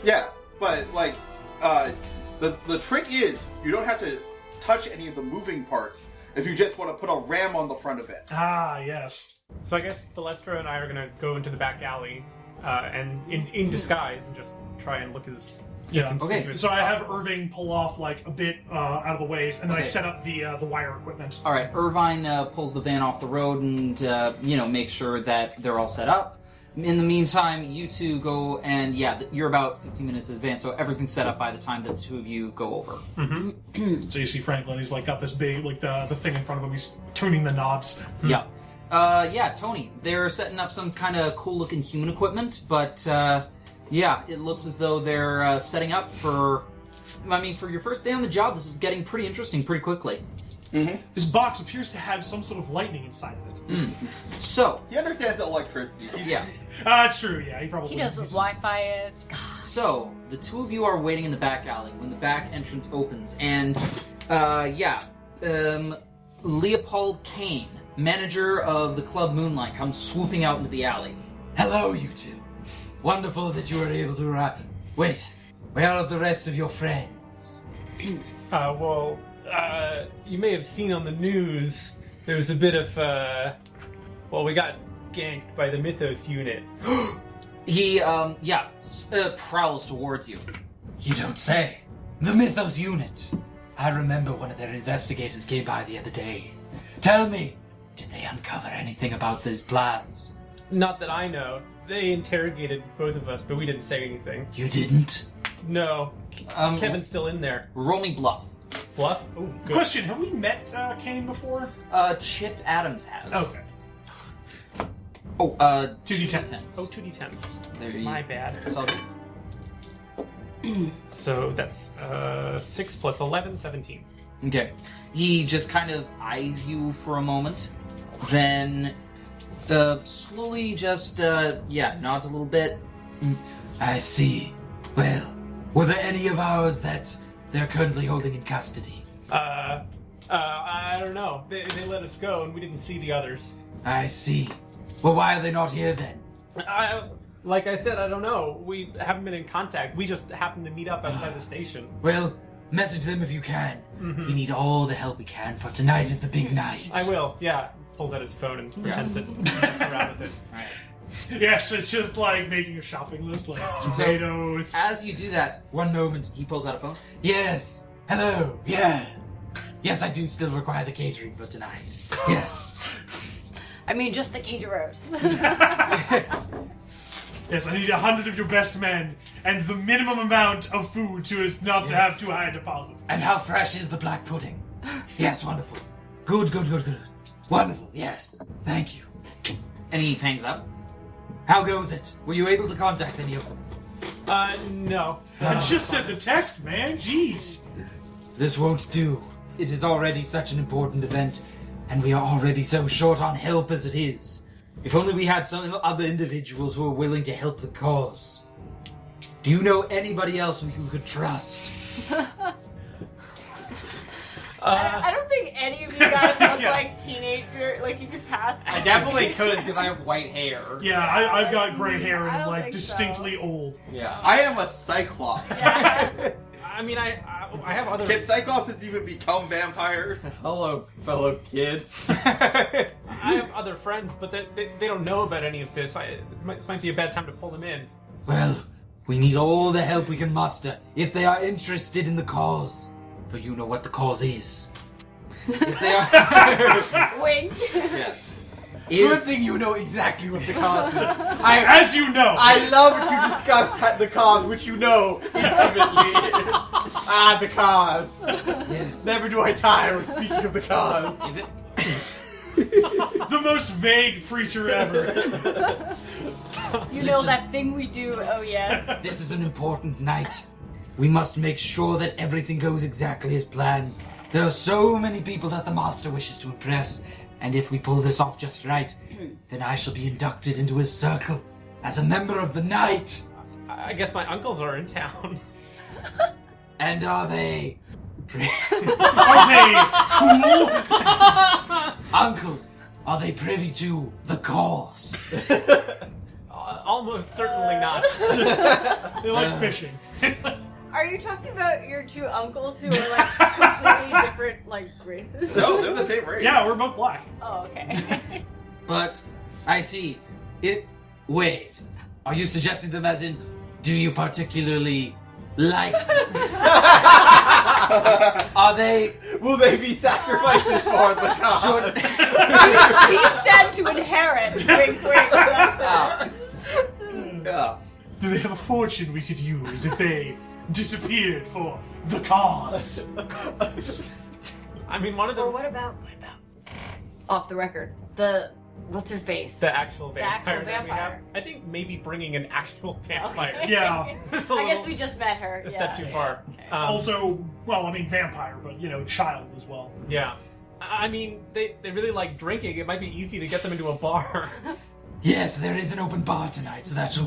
Speaker 3: Yeah, But like, uh, the the trick is you don't have to touch any of the moving parts if you just want to put a ram on the front of it.
Speaker 2: Ah, yes.
Speaker 8: So I guess the Lester and I are going to go into the back alley, uh, and in, in disguise, and just try and look as
Speaker 2: Yeah.
Speaker 1: Okay.
Speaker 2: So I have Irving pull off like a bit uh, out of the ways, and then I
Speaker 1: Okay.
Speaker 2: set up the uh, the wire equipment.
Speaker 1: All right, Irvine uh, pulls the van off the road and uh, you know makes sure that they're all set up. In the meantime, you two go and yeah, th- you're about 15 minutes in advance, so everything's set up by the time that the two of you go over.
Speaker 2: So you see Franklin, he's like got this big, like the, the thing in front of him, he's tuning the knobs.
Speaker 1: Yeah. Uh, yeah, Tony, they're setting up some kind of cool looking human equipment, but uh, yeah, it looks as though they're uh, setting up for. I mean, for your first day on the job, this is getting pretty interesting pretty quickly.
Speaker 2: This box appears to have some sort of lightning inside of it.
Speaker 1: So,
Speaker 3: He understands the electricity. He's-
Speaker 1: yeah.
Speaker 2: Ah, it's true, yeah, he probably
Speaker 5: He knows what
Speaker 2: he's-
Speaker 5: Wi-Fi is.
Speaker 1: So the two of you are waiting in the back alley when the back entrance opens, and uh, yeah, um, Leopold Kane, manager of the club Moonlight, comes swooping out into the alley. Hello, you two. Wonderful that you were able to arrive. Wait, where are the rest of your friends?
Speaker 8: Uh, well, uh, you may have seen on the news there was a bit of, uh, well, we got ganked by the Mythos unit.
Speaker 1: He, um, yeah, s- uh, prowls towards you. You don't say. The Mythos unit. I remember one of their investigators came by the other day. Tell me, did they uncover anything about these plans?
Speaker 8: Not that I know. They interrogated both of us, but we didn't say anything.
Speaker 1: You didn't.
Speaker 8: No,
Speaker 1: Um,
Speaker 8: Kevin's still in there.
Speaker 1: roll me bluff.
Speaker 8: Bluff? Ooh, good.
Speaker 2: Question: Have we met uh, Kane before?
Speaker 1: Uh, Chip Adams has.
Speaker 2: Okay.
Speaker 1: Oh, uh,
Speaker 2: 2d10s.
Speaker 8: Oh, 2d10.
Speaker 1: There you
Speaker 8: My bad.
Speaker 1: So,
Speaker 8: So that's uh, 6 plus 11, 17.
Speaker 1: okay. He just kind of eyes you for a moment, then uh, slowly just, uh, yeah, nods a little bit. Mm, I see. Well, were there any of ours that they're currently holding in custody?
Speaker 8: Uh, uh, I don't know. They, they let us go and we didn't see the others.
Speaker 1: I see. Well, why are they not here then?
Speaker 8: I, like I said, I don't know. We haven't been in contact. We just happened to meet up outside the station.
Speaker 1: Well, message them if you can. We need all the help we can, for tonight is the big night.
Speaker 8: Mm-hmm. I will, yeah. Pulls out his phone and pretends to mess around with it.
Speaker 2: Yes, it's just like making a shopping list, like tomatoes.
Speaker 1: As you do that, one moment he pulls out a phone. Yes. Hello. Yes. Yes, I do still require the catering for tonight. Yes.
Speaker 7: I mean, just the caterers.
Speaker 2: yes, I need a hundred of your best men and the minimum amount of food to us not to have too high a deposit.
Speaker 1: And how fresh is the black pudding? Yes, wonderful. Good, good, good, good. Wonderful. Yes. Thank you. And he hangs up. How goes it? Were you able to contact any of them?
Speaker 8: Uh, no.
Speaker 2: I just sent the text, man. Jeez.
Speaker 1: This won't do. It is already such an important event, and we are already so short on help as it is. If only we had some other individuals who were willing to help the cause. Do you know anybody else who you could trust?
Speaker 6: Uh,
Speaker 5: I, I don't think any of you guys look like teenager. Like you could pass.
Speaker 6: I definitely could because I have white hair.
Speaker 2: Yeah, I, I've got gray hair and
Speaker 5: I
Speaker 2: I'm
Speaker 5: don't
Speaker 2: like
Speaker 5: think
Speaker 2: distinctly old.
Speaker 6: Yeah.
Speaker 3: I am a Cyclops.
Speaker 8: I mean, I, I, I have other.
Speaker 3: Can Cyclopses even become vampires?
Speaker 6: Hello, fellow kids.
Speaker 8: I have other friends, but they, they, they don't know about any of this. I, it might, might be a bad time to pull them in.
Speaker 1: Well, we need all the help we can muster if they are interested in the cause. For you know what the cause is. If they are.
Speaker 5: Wink.
Speaker 6: Good
Speaker 1: if,
Speaker 6: thing you know exactly what the cause is. I,
Speaker 2: As you know,
Speaker 6: I love that you discuss ha- the cause, which you know intimately. ah, the cause.
Speaker 1: yes.
Speaker 6: Never do I tire of speaking of the cause.
Speaker 1: If it-
Speaker 2: the most vague preacher ever.
Speaker 5: You know
Speaker 1: Listen.
Speaker 5: that thing we do. Oh yes.
Speaker 1: This is an important night. We must make sure that everything goes exactly as planned. There are so many people that the Master wishes to impress, and if we pull this off just right, then I shall be inducted into his circle as a member of the night.
Speaker 8: I I guess my uncles are in town.
Speaker 1: And are they
Speaker 2: Are they?
Speaker 1: uncles? Are they privy to the cause?
Speaker 8: Uh, almost certainly not.
Speaker 2: They like fishing.
Speaker 5: Are you talking about your two uncles who are like completely different like races?
Speaker 3: No, they're the same race.
Speaker 2: Yeah, we're both black.
Speaker 5: Oh okay.
Speaker 1: But I see. It. Wait. Are you suggesting them as in? Do you particularly like? are they?
Speaker 6: Will they be sacrifices for the cause?
Speaker 5: you stand to inherit. Wink, wink. That's
Speaker 1: Ah.
Speaker 6: Yeah.
Speaker 2: Do they have a fortune we could use if they disappeared for the cause?
Speaker 8: I mean, one of
Speaker 7: or
Speaker 8: them.
Speaker 7: what about what about off the record? The what's her face?
Speaker 8: The actual vampire.
Speaker 7: actual
Speaker 8: that we
Speaker 7: vampire.
Speaker 8: have. I think maybe bringing an actual vampire.
Speaker 5: Okay.
Speaker 2: Yeah.
Speaker 8: It's a
Speaker 5: I guess
Speaker 8: little-
Speaker 5: we just met her.
Speaker 8: a step
Speaker 5: yeah.
Speaker 8: too far. Um,
Speaker 2: Also, well, I mean vampire, but you know, child as well.
Speaker 8: yeah. I I mean, they, they really like drinking. It might be easy to get them into a bar.
Speaker 1: Yes, there is an open bar tonight, so that shall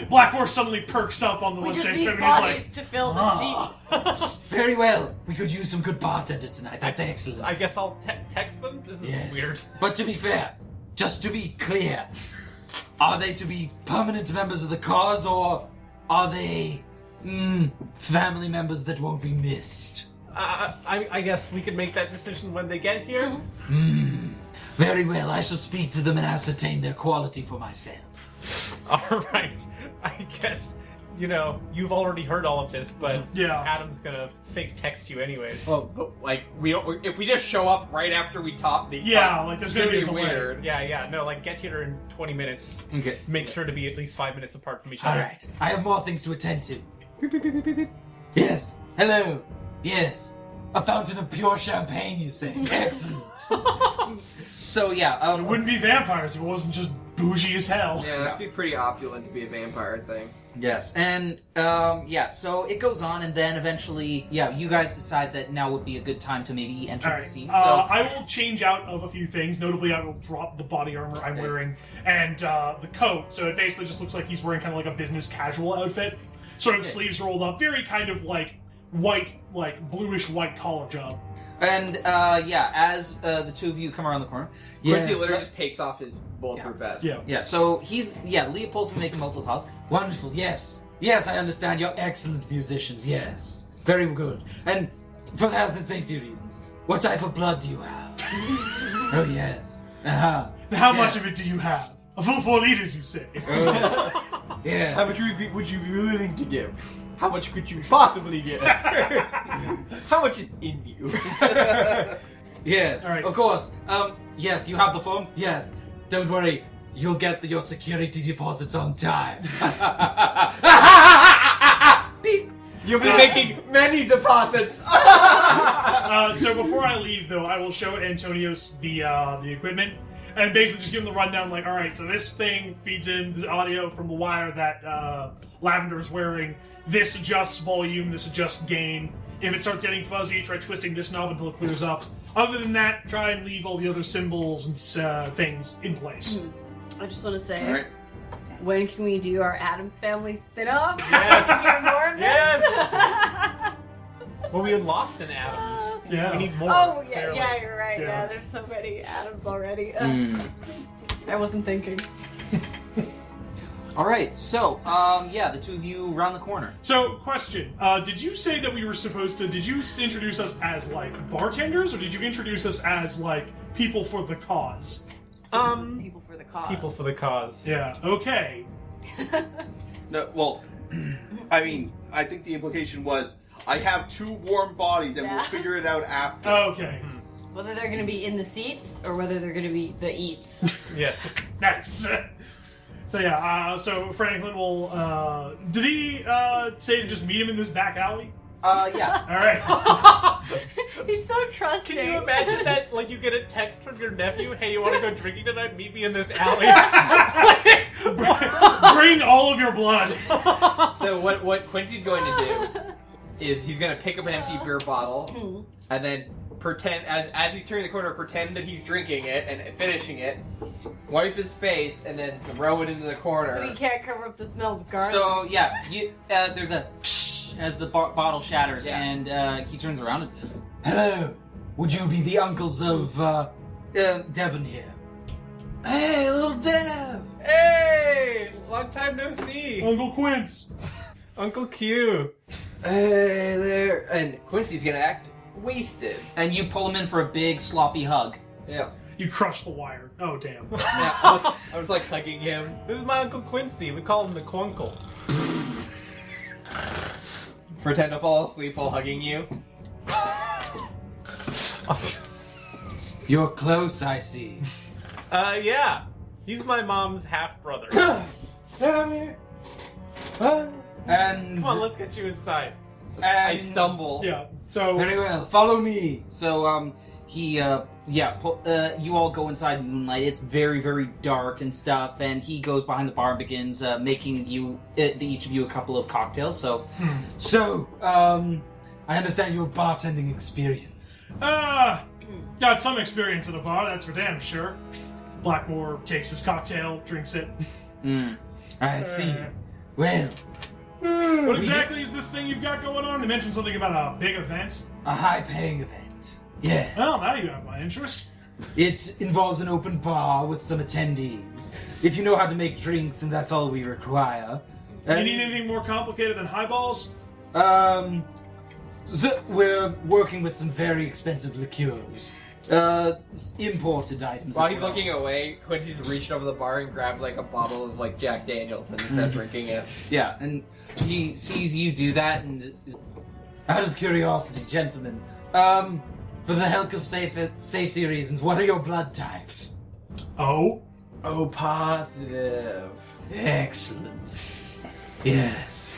Speaker 1: work.
Speaker 2: Black Horse suddenly perks up on the
Speaker 5: We
Speaker 2: list.
Speaker 5: just
Speaker 2: and
Speaker 5: need
Speaker 2: he's
Speaker 5: bodies
Speaker 2: like,
Speaker 5: to fill the seats.
Speaker 2: ah.
Speaker 1: Very well. We could use some good bartenders tonight. That's excellent.
Speaker 8: I guess I'll te- text them. This is
Speaker 1: Yes.
Speaker 8: weird.
Speaker 1: But to be fair, just to be clear, are they to be permanent members of the cause, or are they mm, family members that won't be missed?
Speaker 8: Uh, I, I guess we could make that decision when they get here.
Speaker 1: Very well. I shall speak to them and ascertain their quality for myself.
Speaker 8: all right. I guess, you know, you've already heard all of this, but
Speaker 2: Yeah.
Speaker 8: Adam's gonna fake text you anyways.
Speaker 6: Well, Oh, but like we don't. If we just show up right after we top the
Speaker 2: Yeah, like, there's
Speaker 6: it's
Speaker 2: gonna be a delay.
Speaker 6: weird.
Speaker 8: Yeah, yeah, no, like get here in 20 minutes.
Speaker 1: Okay.
Speaker 8: Make sure to be at least five minutes apart from each
Speaker 1: All
Speaker 8: other.
Speaker 1: right. I have more things to attend to. Yes. Hello. Yes. A fountain of pure champagne, you say? Excellent. so yeah,
Speaker 2: It
Speaker 1: um,
Speaker 2: wouldn't be vampires if it wasn't just bougie as hell.
Speaker 6: Yeah, that'd be pretty opulent to be a vampire thing.
Speaker 1: Yes, and um, yeah, so it goes on, and then eventually, yeah, you guys decide that now would be a good time to maybe enter
Speaker 2: All
Speaker 1: the
Speaker 2: right.
Speaker 1: scene. So
Speaker 2: Uh, I will change out of a few things. Notably, I will drop the body armor I'm wearing and uh, the coat. So it basically just looks like he's wearing kind of like a business casual outfit. Sort of sleeves rolled up, very kind of like white, like bluish white collar job.
Speaker 1: and uh, yeah, as uh, the two of you come around the corner,
Speaker 6: Yes.
Speaker 1: Yes.
Speaker 6: Quincy literally just takes off his bulletproof vest.
Speaker 2: Yeah.
Speaker 1: yeah, so he, yeah, Leopold's making multiple calls. Wonderful. Yes, yes, I understand. You're excellent musicians. Yes, very good. And for health and safety reasons, what type of blood do you have? oh yes. Uh huh.
Speaker 2: And How
Speaker 1: Yeah.
Speaker 2: much of it do you have? A full four liters, you say?
Speaker 1: Yeah. um,
Speaker 6: How much would you, would you be willing to give? How much could you possibly give? How much is in you?
Speaker 1: Yes,
Speaker 2: All right.
Speaker 1: of course. Um, yes, you have the phones. Yes, don't worry, you'll get the, your security deposits on time. Beep.
Speaker 6: You'll be making many deposits.
Speaker 2: Uh, so before I leave, though, I will show Antonios the uh, the equipment and basically just give him the rundown. Like, all right, so this thing feeds in the audio from the wire that uh, Lavender is wearing. This adjusts volume. This adjusts gain. If it starts getting fuzzy, try twisting this knob until it clears up. Other than that, try and leave all the other symbols and uh, things in place.
Speaker 7: I just want to say,
Speaker 3: All right.
Speaker 7: when can we do our Adams Family spin-off?
Speaker 8: Yes.
Speaker 7: More of this?
Speaker 8: well, we had lost an Adams.
Speaker 2: Yeah.
Speaker 8: We need more.
Speaker 5: Oh, yeah,
Speaker 8: clearly.
Speaker 5: yeah, you're right. Yeah.
Speaker 2: Yeah.
Speaker 5: there's so many Adams already. Ugh, I wasn't thinking.
Speaker 1: All right, so um, yeah, the two of you round the corner.
Speaker 2: So, question: uh, Did you say that we were supposed to? Did you introduce us as like bartenders, or did you introduce us as like people for the cause?
Speaker 8: Um,
Speaker 7: People for the cause.
Speaker 8: people for the cause.
Speaker 2: Yeah. Okay.
Speaker 3: No, well, I mean, I think the implication was I have two warm bodies and we'll
Speaker 5: Yeah.
Speaker 3: figure it out after.
Speaker 2: Okay.
Speaker 7: Whether they're going to be in the seats or whether they're going to be the eats.
Speaker 8: Yes.
Speaker 2: Nice. So yeah. Uh, so Franklin will. Uh, did he uh, say to just meet him in this back alley?
Speaker 1: Uh, yeah,
Speaker 2: All right.
Speaker 5: He's so trusting.
Speaker 8: Can you imagine that? Like, you get a text from your nephew, "Hey, you want to go drinking tonight? Meet me in this alley."
Speaker 2: Bring all of your blood.
Speaker 6: so what what Quincy's going to do is he's going to pick up an empty beer bottle and then pretend as, as he's turning the corner pretend that he's drinking it and finishing it wipe his face and then throw it into the
Speaker 5: But he
Speaker 6: corner
Speaker 5: can't cover up the smell of garlic.
Speaker 1: so yeah, you, uh, there's a as the bo- bottle shatters,
Speaker 6: Yeah.
Speaker 1: and uh, he turns around. and Hello, would you be the uncles of uh, uh, Devon here? Hey, little Dev.
Speaker 8: hey, long time no see,
Speaker 2: Uncle Quince.
Speaker 8: Uncle Q.
Speaker 6: hey there and Quincy's going to act wasted
Speaker 1: And you pull him in for a big sloppy hug.
Speaker 6: yeah
Speaker 2: You crushed the wire. Oh damn.
Speaker 6: Yeah, I was, I was like hugging him
Speaker 8: This is my Uncle Quincy. We call him the Quunkle.
Speaker 6: pretend to fall asleep while hugging you
Speaker 1: You're close, I see.
Speaker 8: Uh, yeah. He's my mom's half brother. Come
Speaker 6: come here Come
Speaker 1: And
Speaker 8: on, let's get you inside.
Speaker 6: I
Speaker 1: And-
Speaker 6: stumble
Speaker 2: Yeah. So
Speaker 1: very well, follow me. So um, he uh, yeah, pu- uh, you all go inside in moonlight. It's very very dark and stuff. And he goes behind the bar and begins uh, making you uh, each of you a couple of cocktails. So so um, I understand your bartending experience.
Speaker 2: uh, got some experience at a bar. That's for damn sure. Blackmore takes his cocktail, drinks it.
Speaker 1: Mm, I
Speaker 2: Uh.
Speaker 1: see. Well,
Speaker 2: What exactly is this thing you've got going on? They mentioned something about a big event.
Speaker 1: a high paying event. Yeah.
Speaker 2: Well, now you have my interest.
Speaker 1: It involves an open bar with some attendees. If you know how to make drinks, then that's all we require.
Speaker 2: You
Speaker 1: And,
Speaker 2: need anything more complicated than highballs?
Speaker 1: um, so we're working with some very expensive liqueurs, uh, s- imported items.
Speaker 6: While
Speaker 1: as
Speaker 6: he's
Speaker 1: well.
Speaker 6: looking away, Quincy's reached over the bar and grabbed like a bottle of like Jack Daniels and started drinking it.
Speaker 1: yeah, and he sees you do that, and out of curiosity, gentlemen, um, for the health of safe- safety reasons, what are your blood types?
Speaker 2: Oh.
Speaker 6: Oh, positive.
Speaker 1: Excellent. Yes.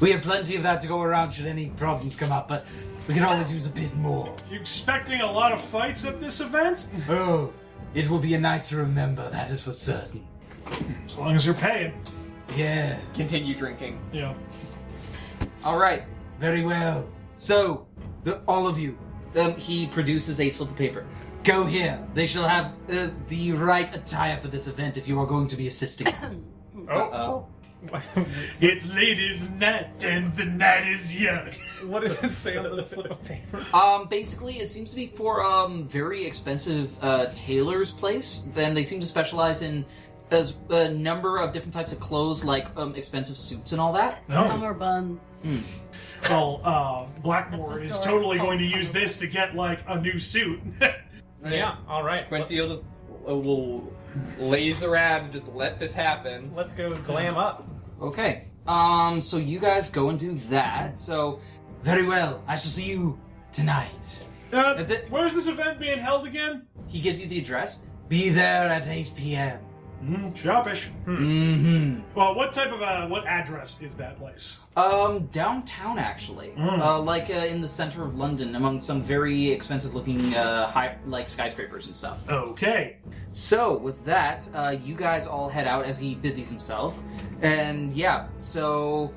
Speaker 1: We have plenty of that to go around should any problems come up, but we can always use a bit more.
Speaker 2: You expecting a lot of fights at this event?
Speaker 1: Oh, it will be a night to remember, that is for certain.
Speaker 2: As long as you're paying.
Speaker 1: Yeah.
Speaker 6: Continue drinking.
Speaker 2: Yeah.
Speaker 1: All right. Very well. So, the, all of you, um, he produces a slip of paper. Go here. They shall have uh, the right attire for this event if you are going to be assisting us.
Speaker 6: Uh-oh.
Speaker 2: Oh. It's ladies' night and the night is young.
Speaker 8: What does it say on the slip of paper?
Speaker 1: um, basically, it seems to be for um very expensive uh, tailor's place. Then they seem to specialize in as a number of different types of clothes, like um, expensive suits and all that.
Speaker 2: No.
Speaker 5: Hummer buns.
Speaker 2: Well, uh, Blackmore
Speaker 5: That's the
Speaker 2: is
Speaker 5: story
Speaker 2: totally
Speaker 5: it's
Speaker 2: going to
Speaker 5: called.
Speaker 2: use this to get like a new suit.
Speaker 8: Yeah, all right.
Speaker 6: Quinfield is, will laze around and just let this happen.
Speaker 8: Let's go glam up.
Speaker 1: Okay. Um. So you guys go and do that. So, very well. I shall see you tonight.
Speaker 2: uh,
Speaker 1: That's it.
Speaker 2: where's this event being held again?
Speaker 1: He gives you the address. Be there at 8 p.m.
Speaker 2: Mm, shoppish.
Speaker 1: Mm-hmm.
Speaker 2: Well, what type of uh, what address is that place?
Speaker 1: Um, downtown actually, uh, like uh, in the center of London, among some very expensive-looking uh, high, like skyscrapers and stuff.
Speaker 2: Okay.
Speaker 1: So with that, uh, you guys all head out as he busies himself, and yeah, so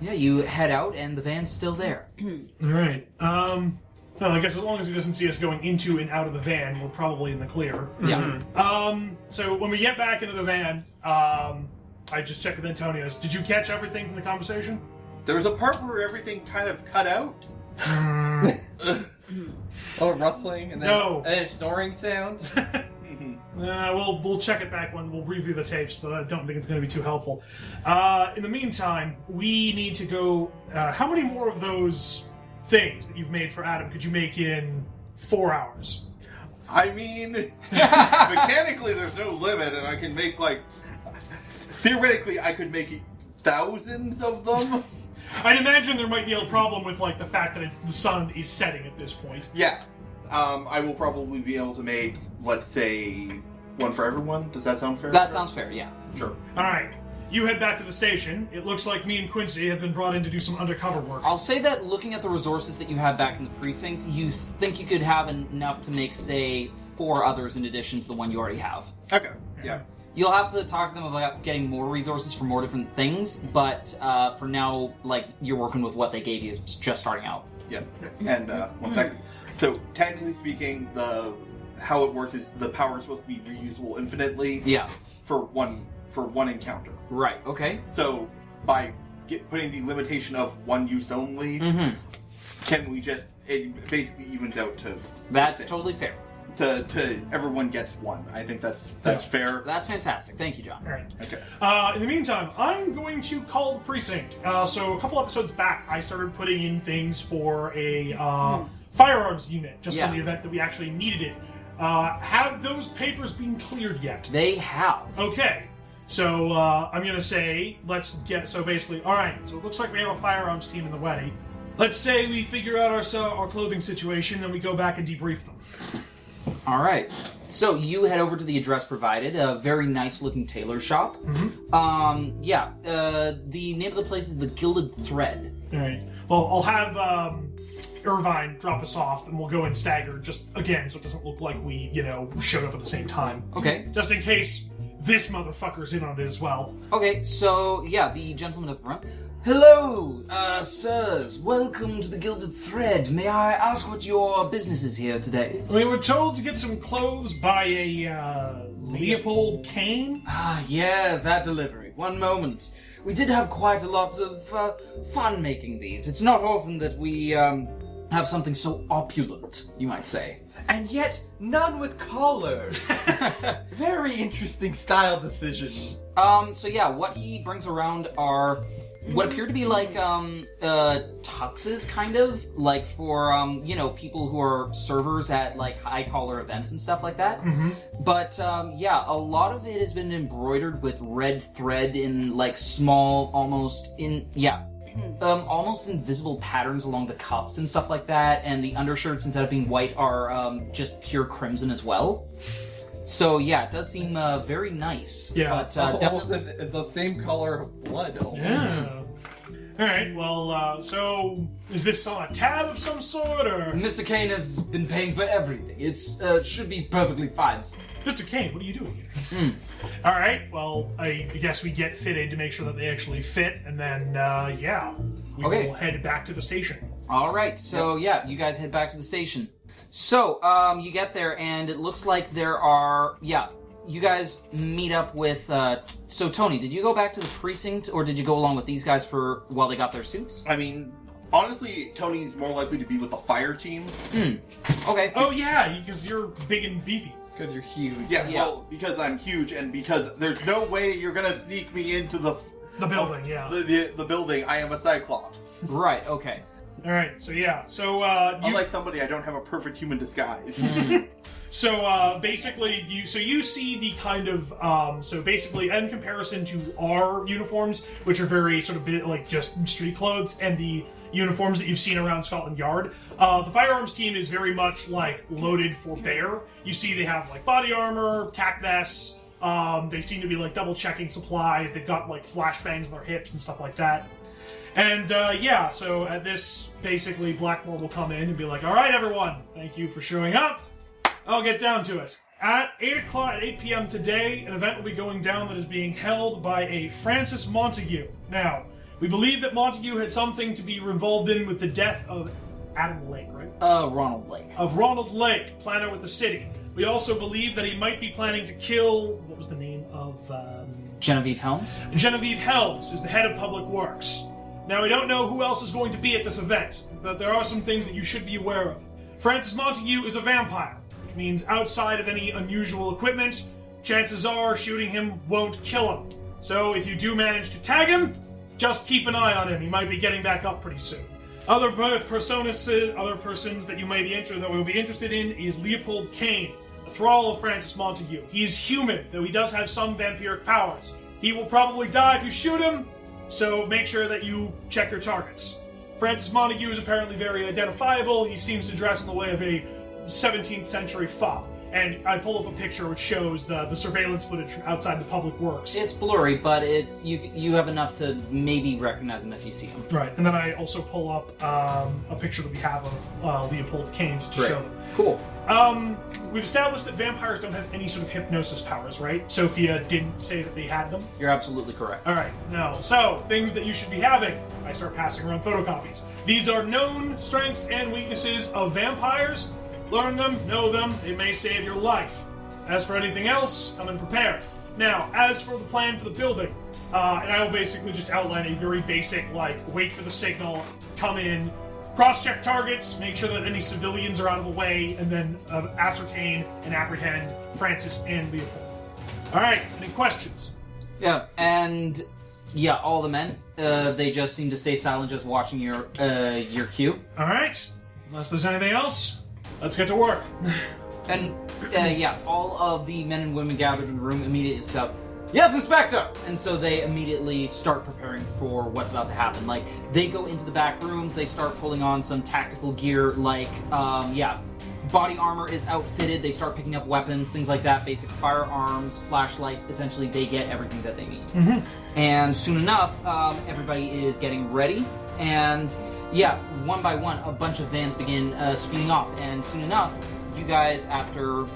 Speaker 1: yeah, you head out, and the van's still there.
Speaker 2: All right. Um. Well, I guess as long as he doesn't see us going into and out of the van, we're probably in the clear.
Speaker 1: Yeah.
Speaker 2: Um. So when we get back into the van, um, I just checked with Antonio's. Did you catch everything from the conversation?
Speaker 3: There was a part where everything kind of cut out.
Speaker 6: Oh, rustling and then,
Speaker 2: No.
Speaker 6: and then a snoring sound.
Speaker 2: Uh, we'll we'll check it back when we'll review the tapes, but I don't think it's going to be too helpful. Uh, in the meantime, we need to go. Uh, how many more of those things that you've made for Adam could you make in four hours?
Speaker 3: I mean, mechanically, there's no limit, and I can make like theoretically, I could make thousands of them.
Speaker 2: I'd imagine there might be a problem with like the fact that it's the sun is setting at this point.
Speaker 3: yeah, um, I will probably be able to make, let's say, one for everyone. Does that sound fair?
Speaker 1: That sounds fair. Yeah.
Speaker 3: sure.
Speaker 2: All right, you head back to the station. It looks like me and Quincy have been brought in to do some undercover work.
Speaker 1: I'll say that looking at the resources that you had back in the precinct, you s- think you could have enough to make, say, four others in addition to the one you already have.
Speaker 3: Okay. Yeah.
Speaker 1: You'll have to talk to them about getting more resources for more different things, but uh, for now, like you're working with what they gave you, it's just starting out.
Speaker 3: Yeah. And uh, one second. So technically speaking, the how it works is the power is supposed to be reusable infinitely
Speaker 1: Yeah.
Speaker 3: for one for one encounter.
Speaker 1: Right. Okay.
Speaker 3: So by get, putting the limitation of one use only,
Speaker 1: Mm-hmm.
Speaker 3: can we just it basically evens out to
Speaker 1: That's
Speaker 3: Okay.
Speaker 1: totally fair.
Speaker 3: to, to everyone gets one. I think that's that's fair.
Speaker 1: That's fantastic. Thank you, John.
Speaker 2: All right.
Speaker 3: Okay.
Speaker 2: Uh, in the meantime, I'm going to call the precinct. Uh, so a couple episodes back, I started putting in things for a uh, firearms unit, just
Speaker 1: Yeah.
Speaker 2: in the event that we actually needed it. Uh, have those papers been cleared yet?
Speaker 1: They have.
Speaker 2: Okay. So uh, I'm gonna say let's get. So basically, all right. So it looks like we have a firearms team in the wedding. Let's say we figure out our so- our clothing situation, then we go back and debrief them.
Speaker 1: All right. So you head over to the address provided, a very nice looking tailor shop. Um, yeah. Uh, the name of the place is the Gilded Thread.
Speaker 2: All right. Well, I'll have um, Irvine drop us off, and we'll go in staggered just again, so it doesn't look like we, you know, showed up at the same time.
Speaker 1: Okay.
Speaker 2: Just in case this motherfucker's in on it as well.
Speaker 1: Okay, so yeah, the gentleman at the front. Hello, uh, sirs. Welcome to the Gilded Thread. May I ask what your business is here today?
Speaker 2: We were told to get some clothes by a uh, Leopold Kane.
Speaker 1: Ah, yes, that delivery. One moment. We did have quite a lot of uh, fun making these. It's not often that we um, have something so opulent, you might say.
Speaker 6: and yet, none with collars. Very interesting style decision.
Speaker 1: Um, so yeah, what he brings around are what appear to be like um uh tuxes kind of like for um you know people who are servers at like high collar events and stuff like that but um yeah a lot of it has been embroidered with red thread in like small almost in yeah um almost invisible patterns along the cuffs and stuff like that and the undershirts instead of being white are um just pure crimson as well so yeah it does seem uh, very nice
Speaker 2: Yeah.
Speaker 1: but uh,
Speaker 6: Almost
Speaker 1: definitely
Speaker 6: the, the same color of blood. almost.
Speaker 2: Yeah. All right. Well, uh, so is this on a tab of some sort, or
Speaker 1: Mr. Kane has been paying for everything. It's uh, should be perfectly fine. sir.
Speaker 2: Mr. Kane? What are you doing here? All right. Well, I guess we get fitted to make sure that they actually fit, and then uh, yeah, we
Speaker 1: Okay.
Speaker 2: will head back to the station.
Speaker 1: All right. So yeah, you guys head back to the station. So um, you get there, and it looks like there are yeah. You guys meet up with. Uh, so Tony, did you go back to the precinct, or did you go along with these guys for while they got their suits?
Speaker 3: I mean, honestly, Tony's more likely to be with the fire team.
Speaker 1: Okay.
Speaker 2: Oh yeah, because you're big and beefy.
Speaker 6: Because you're huge.
Speaker 3: Yeah,
Speaker 1: Yeah.
Speaker 3: well, because I'm huge and because there's no way you're gonna sneak me into the
Speaker 2: The building, yeah.
Speaker 3: the, the, the building. I am a cyclops.
Speaker 1: Right. Okay.
Speaker 2: All right. So yeah. So uh, you,
Speaker 3: Unlike somebody, I don't have a perfect human disguise.
Speaker 5: Hmm.
Speaker 2: So uh, basically, you so you see the kind of um, so basically in comparison to our uniforms, which are very sort of bit, like just street clothes, and the uniforms that you've seen around Scotland Yard, uh, the firearms team is very much like loaded for bear. You see, they have like body armor, tac vests. Um, they seem to be like double checking supplies. They've got like flashbangs on their hips and stuff like that. And uh, yeah, so at this, basically, Blackmore will come in and be like, "All right, everyone, thank you for showing up. I'll get down to it. At 8 o'clock, at 8 p.m. today, an event will be going down that is being held by a Francis Montague. Now, we believe that Montague had something to be involved in with the death of Adam Lake, right?
Speaker 1: Uh, Ronald Blake.
Speaker 2: Of Ronald Lake, planner with the city. We also believe that he might be planning to kill, what was the name of, um,
Speaker 1: Genevieve Helms.
Speaker 2: Genevieve Helms, who's the head of Public Works. Now, we don't know who else is going to be at this event, but there are some things that you should be aware of. Francis Montague is a vampire, which means outside of any unusual equipment, chances are shooting him won't kill him. So if you do manage to tag him, just keep an eye on him. He might be getting back up pretty soon. Other per- personas, other persons that you may be interested that will be interested in is Leopold Kane, a thrall of Francis Montague. He is human, though he does have some vampiric powers. He will probably die if you shoot him, so make sure that you check your targets. Francis Montague is apparently very identifiable. He seems to dress in the way of a 17th century fop. And I pull up a picture which shows the, the surveillance footage from outside the public works.
Speaker 1: It's blurry, but it's you. You have enough to maybe recognize him if you see him.
Speaker 2: Right, and then I also pull up um, a picture that we have of uh, Leopold Kane to show them.
Speaker 1: Cool.
Speaker 2: Um, we've established that vampires don't have any sort of hypnosis powers, right? Sophia didn't say that they had them.
Speaker 1: You're absolutely correct.
Speaker 2: All right, no. So things that you should be having. I start passing around photocopies. These are known strengths and weaknesses of vampires. Learn them, know them. They may save your life. As for anything else, come and prepare. Now, as for the plan for the building, uh, and I will basically just outline a very basic like wait for the signal, come in, cross check targets, make sure that any civilians are out of the way, and then uh, ascertain and apprehend Francis and Leopold. All right, any questions?
Speaker 1: Yeah, and yeah, all the men. Uh, they just seem to stay silent, just watching your uh, your cue.
Speaker 2: All right. Unless there's anything else, let's get to work.
Speaker 1: And uh, yeah, all of the men and women gathered in the room immediately shout, "Yes, Inspector!" And so they immediately start preparing for what's about to happen. Like they go into the back rooms, they start pulling on some tactical gear. Like um, yeah, body armor is outfitted. They start picking up weapons, things like that. Basic firearms, flashlights. Essentially, they get everything that they need. And soon enough, um, everybody is getting ready. And yeah, one by one, a bunch of vans begin uh, speeding off. And soon enough, you guys, after.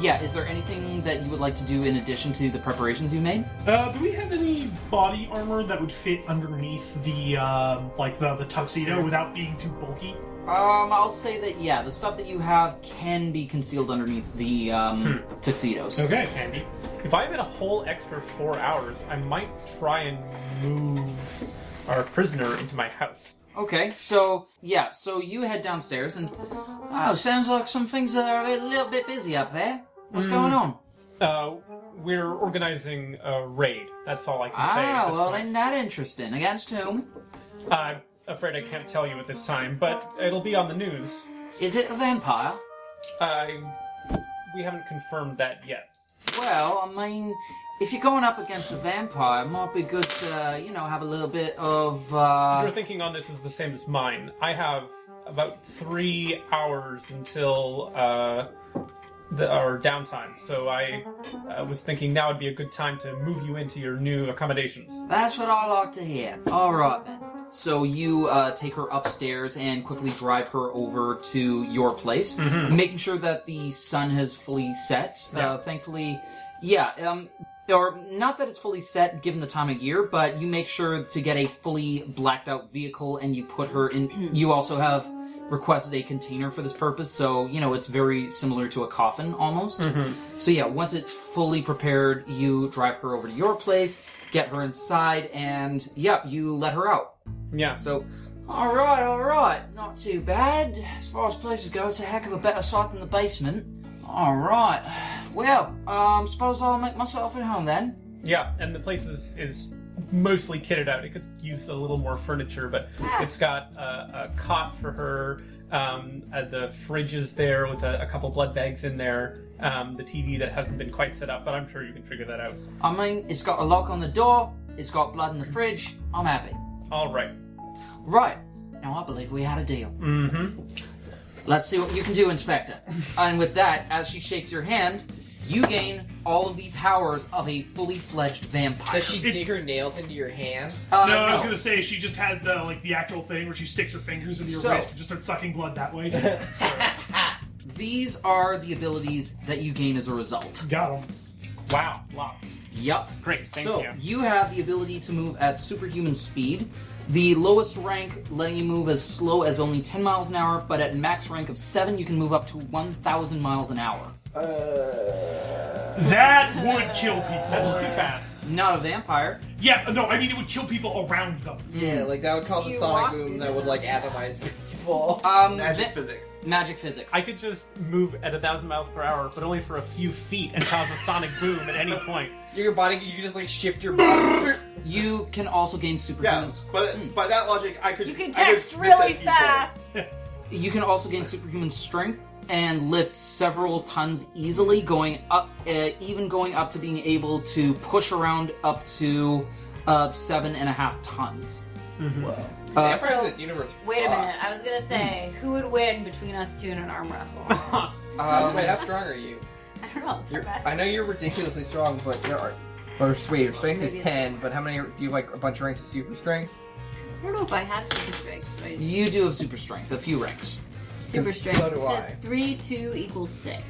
Speaker 1: Yeah, is there anything that you would like to do in addition to the preparations you made?
Speaker 2: Uh, do we have any body armor that would fit underneath the um, like the, the tuxedo without being too bulky?
Speaker 1: Um, I'll say that, yeah, the stuff that you have can be concealed underneath the um,
Speaker 8: Hmm.
Speaker 1: tuxedos.
Speaker 2: Okay.
Speaker 8: Andy. If I had a whole extra four hours, I might try and move our prisoner into my house.
Speaker 1: Okay, so, yeah, so you head downstairs and. Oh, sounds like some things are a little bit busy up there. What's
Speaker 8: Hmm.
Speaker 1: going on?
Speaker 8: Uh, we're organizing a raid. That's all I can say. at
Speaker 1: Ah,
Speaker 8: this
Speaker 1: well,
Speaker 8: point.
Speaker 1: isn't that interesting? Against whom?
Speaker 8: I'm afraid I can't tell you at this time, but it'll be on the news.
Speaker 1: Is it a vampire?
Speaker 8: I we haven't confirmed that yet.
Speaker 1: Well, I mean, if you're going up against a vampire, it might be good to, uh, you know, have a little bit of.
Speaker 8: Your
Speaker 1: Uh...
Speaker 8: thinking on this is the same as mine. I have about three hours until uh, the, our downtime, so I uh, was thinking now would be a good time to move you into your new accommodations.
Speaker 1: That's what I like to hear. All right then. So you uh, take her upstairs and quickly drive her over to your place, making sure that the sun has fully set. Uh, thankfully, yeah, um, or not that it's fully set given the time of year, but you make sure to get a fully blacked out vehicle and you put her in. You also have requested a container for this purpose, so you know it's very similar to a coffin almost. So yeah, once it's fully prepared, you drive her over to your place, get her inside, and yep, you let her out.
Speaker 8: Yeah.
Speaker 1: So, all right, all right, not too bad. As far as places go, it's a heck of a better site than the basement. All right, well, um, suppose I'll make myself at home then.
Speaker 8: Yeah, and the place is, is mostly kitted out. It could use a little more furniture, but it's got a, a cot for her. Um, uh, the fridge is there with a, a couple blood bags in there. Um, the TV that hasn't been quite set up, but I'm sure you can figure that out.
Speaker 1: I mean, it's got a lock on the door, it's got blood in the fridge. I'm happy.
Speaker 8: All right.
Speaker 1: Right now, I believe we had a deal.
Speaker 8: Mm-hmm.
Speaker 1: Let's see what you can do, Inspector. and with that, as she shakes your hand, you gain all of the powers of a fully fledged vampire.
Speaker 6: Does she dig her nails into your hand?
Speaker 1: Uh,
Speaker 2: no, I was gonna say she just has the like the actual thing where she sticks her fingers into your
Speaker 1: So-
Speaker 2: wrist and just starts sucking blood that way.
Speaker 1: These are the abilities that you gain as a result.
Speaker 2: Got him.
Speaker 8: Wow. Lots.
Speaker 1: Yup.
Speaker 8: Great. Thank
Speaker 1: so
Speaker 8: you.
Speaker 1: have the ability to move at superhuman speed. The lowest rank letting you move as slow as only 10 miles an hour, but at max rank of 7, you can move up to 1,000 miles an hour.
Speaker 2: That would kill people.
Speaker 8: Too fast.
Speaker 1: Not a vampire.
Speaker 2: Yeah, no, I mean it would kill people around them.
Speaker 6: Yeah, like that would cause a
Speaker 5: You
Speaker 6: sonic
Speaker 5: walked
Speaker 6: boom
Speaker 5: into
Speaker 6: that would like atomize people.
Speaker 1: Um,
Speaker 3: Magic
Speaker 1: va-
Speaker 3: physics.
Speaker 1: magic physics.
Speaker 8: I could just move at a thousand miles per hour, but only for a few feet, and cause a sonic boom at any point.
Speaker 6: Your body, you can just like shift your body.
Speaker 1: You can also gain superhuman. Hmm.
Speaker 3: Yeah, but by that logic, I could.
Speaker 5: Hmm. You can
Speaker 3: I could
Speaker 5: text
Speaker 3: spit
Speaker 5: really
Speaker 3: at people.
Speaker 5: fast.
Speaker 1: You can also gain superhuman strength and lift several tons easily, going up, uh, even going up to being able to push around up to uh, seven and a half tons.
Speaker 3: Mm-hmm.
Speaker 1: Uh,
Speaker 6: I forgot this universe.
Speaker 5: Wait a
Speaker 6: fucked.
Speaker 5: minute. I was gonna say, who would win between us two in an arm wrestle? I
Speaker 6: Um, wait, how strong are you?
Speaker 5: don't know. It's
Speaker 6: You're,
Speaker 5: not bad.
Speaker 6: I know you're ridiculously strong, but there are. Or wait, your strength is
Speaker 7: Maybe it's-
Speaker 6: ten, but how many? are- Do you have like a bunch of ranks of super strength?
Speaker 7: I don't know if I have super strength. so I-
Speaker 1: You do have super strength, a few ranks.
Speaker 7: Super strength.
Speaker 6: So do
Speaker 7: it says
Speaker 6: I.
Speaker 7: three two equals six.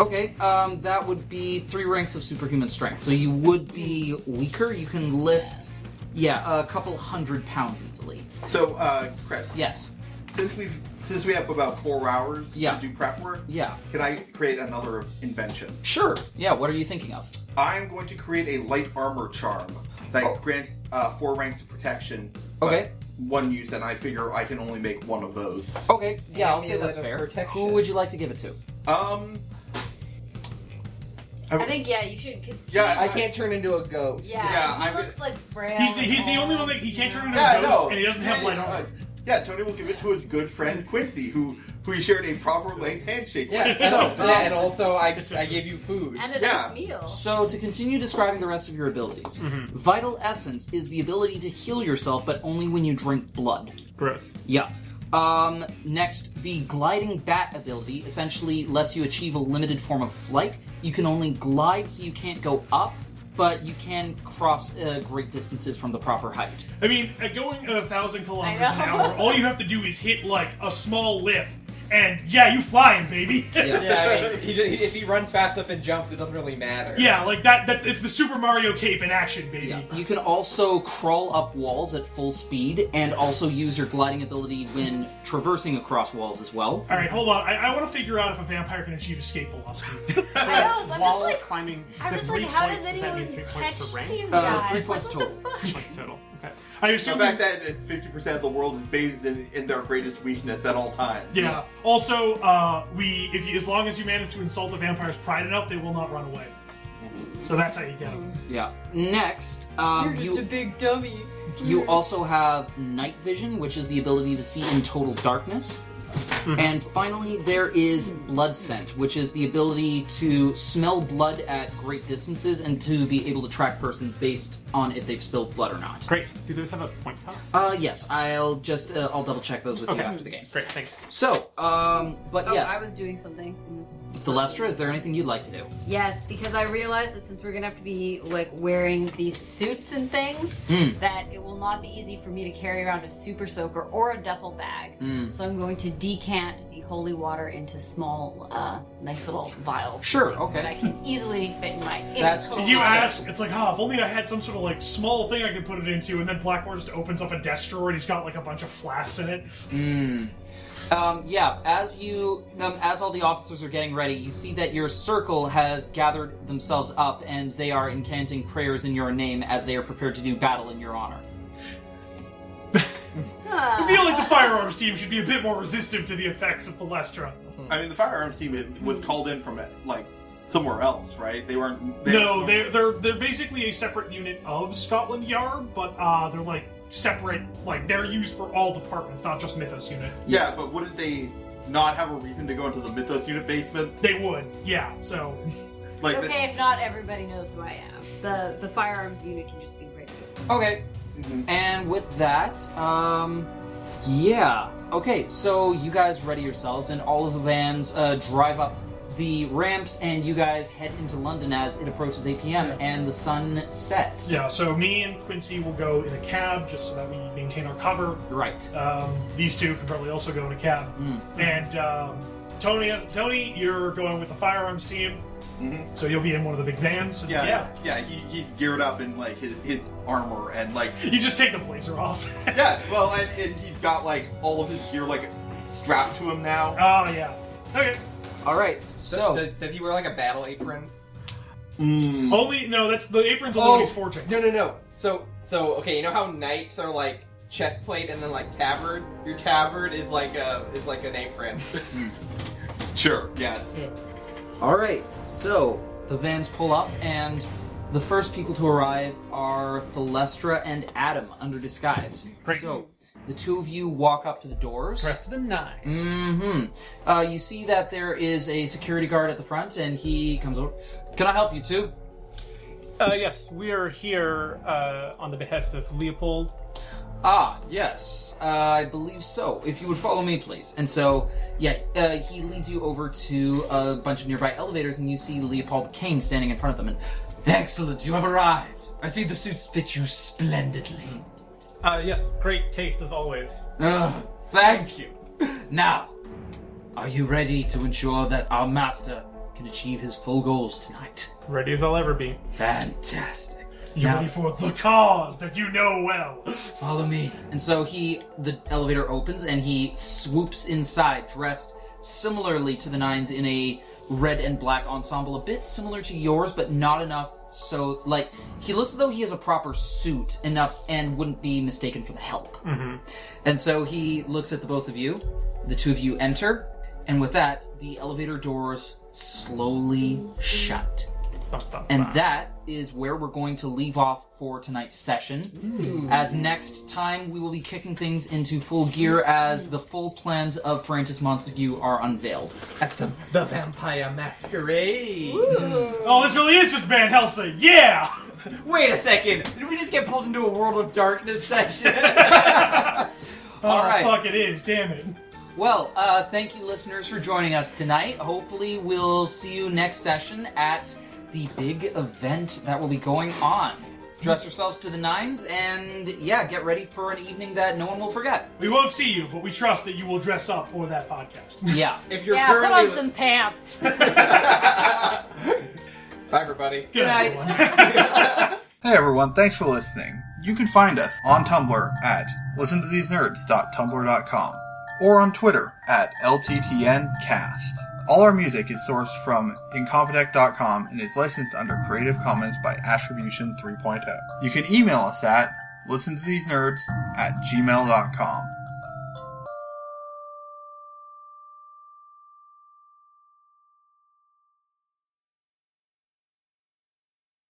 Speaker 1: Okay, um, that would be three ranks of superhuman strength. So you would be weaker. You can lift, yeah, a couple hundred pounds easily.
Speaker 3: So, uh, Chris,
Speaker 1: Yes,
Speaker 3: since we have since we have about four hours
Speaker 1: Yeah.
Speaker 3: to do prep work,
Speaker 1: yeah,
Speaker 3: can I create another invention?
Speaker 1: sure. Yeah, what are you thinking of?
Speaker 3: I'm going to create a light armor charm that
Speaker 1: Oh.
Speaker 3: grants uh, four ranks of protection. but
Speaker 1: Okay.
Speaker 3: One use, and I figure I can only make one of those.
Speaker 1: Okay, yeah, I'll say
Speaker 6: Amulet
Speaker 1: that's
Speaker 6: of
Speaker 1: fair.
Speaker 6: protection.
Speaker 1: Who would you like to give it to?
Speaker 3: Um.
Speaker 5: I think yeah, you should. Cause
Speaker 3: Yeah,
Speaker 5: he-
Speaker 6: I can't turn into a ghost.
Speaker 5: Yeah,
Speaker 3: yeah,
Speaker 5: he
Speaker 3: I'm-
Speaker 5: looks like frail.
Speaker 2: He's the, he's the only one that he can't turn into
Speaker 3: Yeah,
Speaker 2: a ghost,
Speaker 3: no.
Speaker 2: and he doesn't have light
Speaker 3: uh,
Speaker 2: armor.
Speaker 3: yeah, Tony will give it to his good friend Quincy, who who he shared a proper length handshake
Speaker 6: Yeah.
Speaker 3: with.
Speaker 1: So,
Speaker 6: and- yeah, and also I I gave you food.
Speaker 5: and a
Speaker 3: Yeah.
Speaker 5: nice meal.
Speaker 1: So, to continue describing the rest of your abilities, Vital Essence is the ability to heal yourself, but only when you drink blood.
Speaker 8: Gross.
Speaker 1: Yeah. Um, next, the Gliding Bat ability essentially lets you achieve a limited form of flight. You can only glide, so you can't go up, but you can cross uh, great distances from the proper height.
Speaker 2: I mean, at going a thousand kilometers
Speaker 5: I
Speaker 2: an
Speaker 5: know.
Speaker 2: hour, all you have to do is hit like a small lip, and yeah, you flying, baby.
Speaker 1: Yeah.
Speaker 6: Yeah, I mean, he, he- if he runs fast enough and jumps, it doesn't really matter.
Speaker 2: Yeah, like that. That it's the Super Mario cape in action, baby.
Speaker 1: Yeah. You can also crawl up walls at full speed, and also use your gliding ability when traversing across walls as well.
Speaker 2: All right, hold on. I, I want to figure out if a vampire can achieve escape velocity.
Speaker 5: I know. So I'm
Speaker 8: While
Speaker 5: just like,
Speaker 8: climbing,
Speaker 5: I'm
Speaker 8: the
Speaker 5: just
Speaker 8: three
Speaker 5: like, how
Speaker 8: points,
Speaker 5: does
Speaker 8: that mean
Speaker 5: anyone
Speaker 8: three
Speaker 5: catch
Speaker 8: points
Speaker 5: these
Speaker 8: for rank?
Speaker 1: Uh,
Speaker 5: guys?
Speaker 1: three
Speaker 5: Like,
Speaker 1: points
Speaker 5: what the
Speaker 1: total.
Speaker 5: fuck?
Speaker 8: Points total. Okay.
Speaker 2: I
Speaker 3: The
Speaker 2: assume.
Speaker 3: fact that fifty percent of the world is bathed in, in their greatest weakness at all times.
Speaker 2: yeah. Also, uh, we if you, as long as you manage to insult the vampire's pride enough, they will not run away. So that's how you get them.
Speaker 1: Yeah. Next, um, you
Speaker 5: big dummy.
Speaker 1: You also have night vision, which is the ability to see in total darkness. And finally, there is blood scent, which is the ability to smell blood at great distances and to be able to track persons based on if they've spilled blood or not.
Speaker 8: Great. Do those have a point cost?
Speaker 1: Uh, yes, I'll just uh, I'll double check those with you after the game.
Speaker 8: Great, thanks.
Speaker 1: So, um, but
Speaker 7: Oh,
Speaker 1: yes,
Speaker 7: I was doing something. in this-
Speaker 1: Thelestra, is there anything you'd like to do?
Speaker 7: Yes, because I realized that since we're gonna have to be like wearing these suits and things,
Speaker 1: Hmm.
Speaker 7: that it will not be easy for me to carry around a super soaker or a duffel bag.
Speaker 1: Hmm.
Speaker 7: So I'm going to decant the holy water into small, uh, nice little vials.
Speaker 1: Sure,
Speaker 7: That I
Speaker 1: okay.
Speaker 7: can easily fit in my inner
Speaker 1: That's-
Speaker 7: coat.
Speaker 2: You ask, it's like, ah, if only I had some sort of like small thing I could put it into, and then Blackmore just opens up a desk drawer and he's got like a bunch of flasks in it.
Speaker 1: Um, yeah, as you, um, as all the officers are getting ready, you see that your circle has gathered themselves up and they are incanting prayers in your name as they are prepared to do battle in your honor.
Speaker 2: I feel like the firearms team should be a bit more resistant to the effects of the Lestra.
Speaker 3: I mean, the firearms team it- was called in from like somewhere else, right? They weren't. They
Speaker 2: No,
Speaker 3: weren't-
Speaker 2: they're they're they're basically a separate unit of Scotland Yard, but uh, they're like separate. Like they're used for all departments, not just Mythos unit.
Speaker 3: Yeah, but wouldn't they not have a reason to go into the Mythos unit basement?
Speaker 2: They would, yeah. So
Speaker 3: Like,
Speaker 7: Okay, if not everybody knows who I am. The the firearms unit can just be right here.
Speaker 1: Okay.
Speaker 3: Mhm.
Speaker 1: And with that, um, yeah. Okay, so you guys ready yourselves, and all of the vans uh, drive up the ramps, and you guys head into London as it approaches 8 p.m. and the sun sets.
Speaker 2: yeah, so me and Quincy will go in a cab just so that we maintain our cover.
Speaker 1: Right.
Speaker 2: Um, these two could probably also go in a cab.
Speaker 1: Mm.
Speaker 2: And um, Tony, Tony, you're going with the firearms team,
Speaker 3: Mhm.
Speaker 2: so you'll be in one of the big vans. and
Speaker 3: yeah, yeah, he, he's geared up in like his, his armor and like
Speaker 2: You just take the blazer off.
Speaker 3: yeah, well, and, and he's got like all of his gear like strapped to him now.
Speaker 2: Oh yeah. Okay.
Speaker 1: All right.
Speaker 6: So,
Speaker 1: So
Speaker 6: does, does he wear like a battle apron?
Speaker 3: Mm.
Speaker 2: Only no, that's the apron's
Speaker 3: Oh.
Speaker 2: only his fortune.
Speaker 6: no, no, no. So, so okay, you know how knights are like chest plate and then like tabard. Your tabard is like a is like a name friend.
Speaker 3: Sure. Yes.
Speaker 1: All right, so the vans pull up, and the first people to arrive are Thelestra and Adam under disguise.
Speaker 8: Great.
Speaker 1: So the two of you walk up to the doors.
Speaker 8: Rest of the 9
Speaker 1: hmm Uh, you see that there is a security guard at the front, and he comes over. Can I help you two?
Speaker 8: Uh, yes, we are here uh, on the behest of Leopold.
Speaker 1: Ah, yes, uh, I believe so. If you would follow me, please. And so, yeah, uh, he leads you over to a bunch of nearby elevators, and you see Leopold Kane standing in front of them. And excellent, you have arrived. I see the suits fit you splendidly.
Speaker 8: Uh, yes, great taste as always.
Speaker 1: Ugh, thank you. Now, are you ready to ensure that our master can achieve his full goals tonight?
Speaker 8: Ready as I'll ever be.
Speaker 1: Fantastic.
Speaker 2: You're
Speaker 1: Now-
Speaker 2: ready for the cause that you know well.
Speaker 1: Follow me. And so he, the elevator opens and he swoops inside, dressed similarly to the Nines in a red and black ensemble, a bit similar to yours, but not enough. So, like, he looks as though he has a proper suit enough and wouldn't be mistaken for the help.
Speaker 8: Mm-hmm.
Speaker 1: And so he looks at the both of you. The two of you enter, and with that, the elevator doors slowly shut.
Speaker 8: Bum, bum,
Speaker 1: And
Speaker 8: bum.
Speaker 1: that is where we're going to leave off for tonight's session. As next time, we will be kicking things into full gear as the full plans of Francis Montague are unveiled.
Speaker 6: At the the vampire masquerade.
Speaker 2: Oh, this really is just Van Helsing. Yeah.
Speaker 6: Wait a second! Did we just get pulled into a world of darkness session?
Speaker 1: All
Speaker 2: Oh,
Speaker 1: right.
Speaker 2: Fuck it is. Damn it.
Speaker 1: Well, uh, thank you, listeners, for joining us tonight. Hopefully, we'll see you next session at the big event that will be going on. Dress yourselves to the nines, and yeah, get ready for an evening that no one will forget.
Speaker 2: We won't see you, but we trust that you will dress up for that podcast.
Speaker 1: Yeah.
Speaker 6: if you're
Speaker 7: yeah, put
Speaker 6: currently
Speaker 7: on some pants.
Speaker 6: Bye everybody.
Speaker 2: Good night, everyone.
Speaker 3: Hey everyone, thanks for listening. You can find us on Tumblr at listentothesenerds.tumblr.com or on Twitter at LTTNcast. All our music is sourced from incompetech.com and is licensed under Creative Commons by oh. Attribution 3.0. You can email us at listentothesenerds at gmail.com.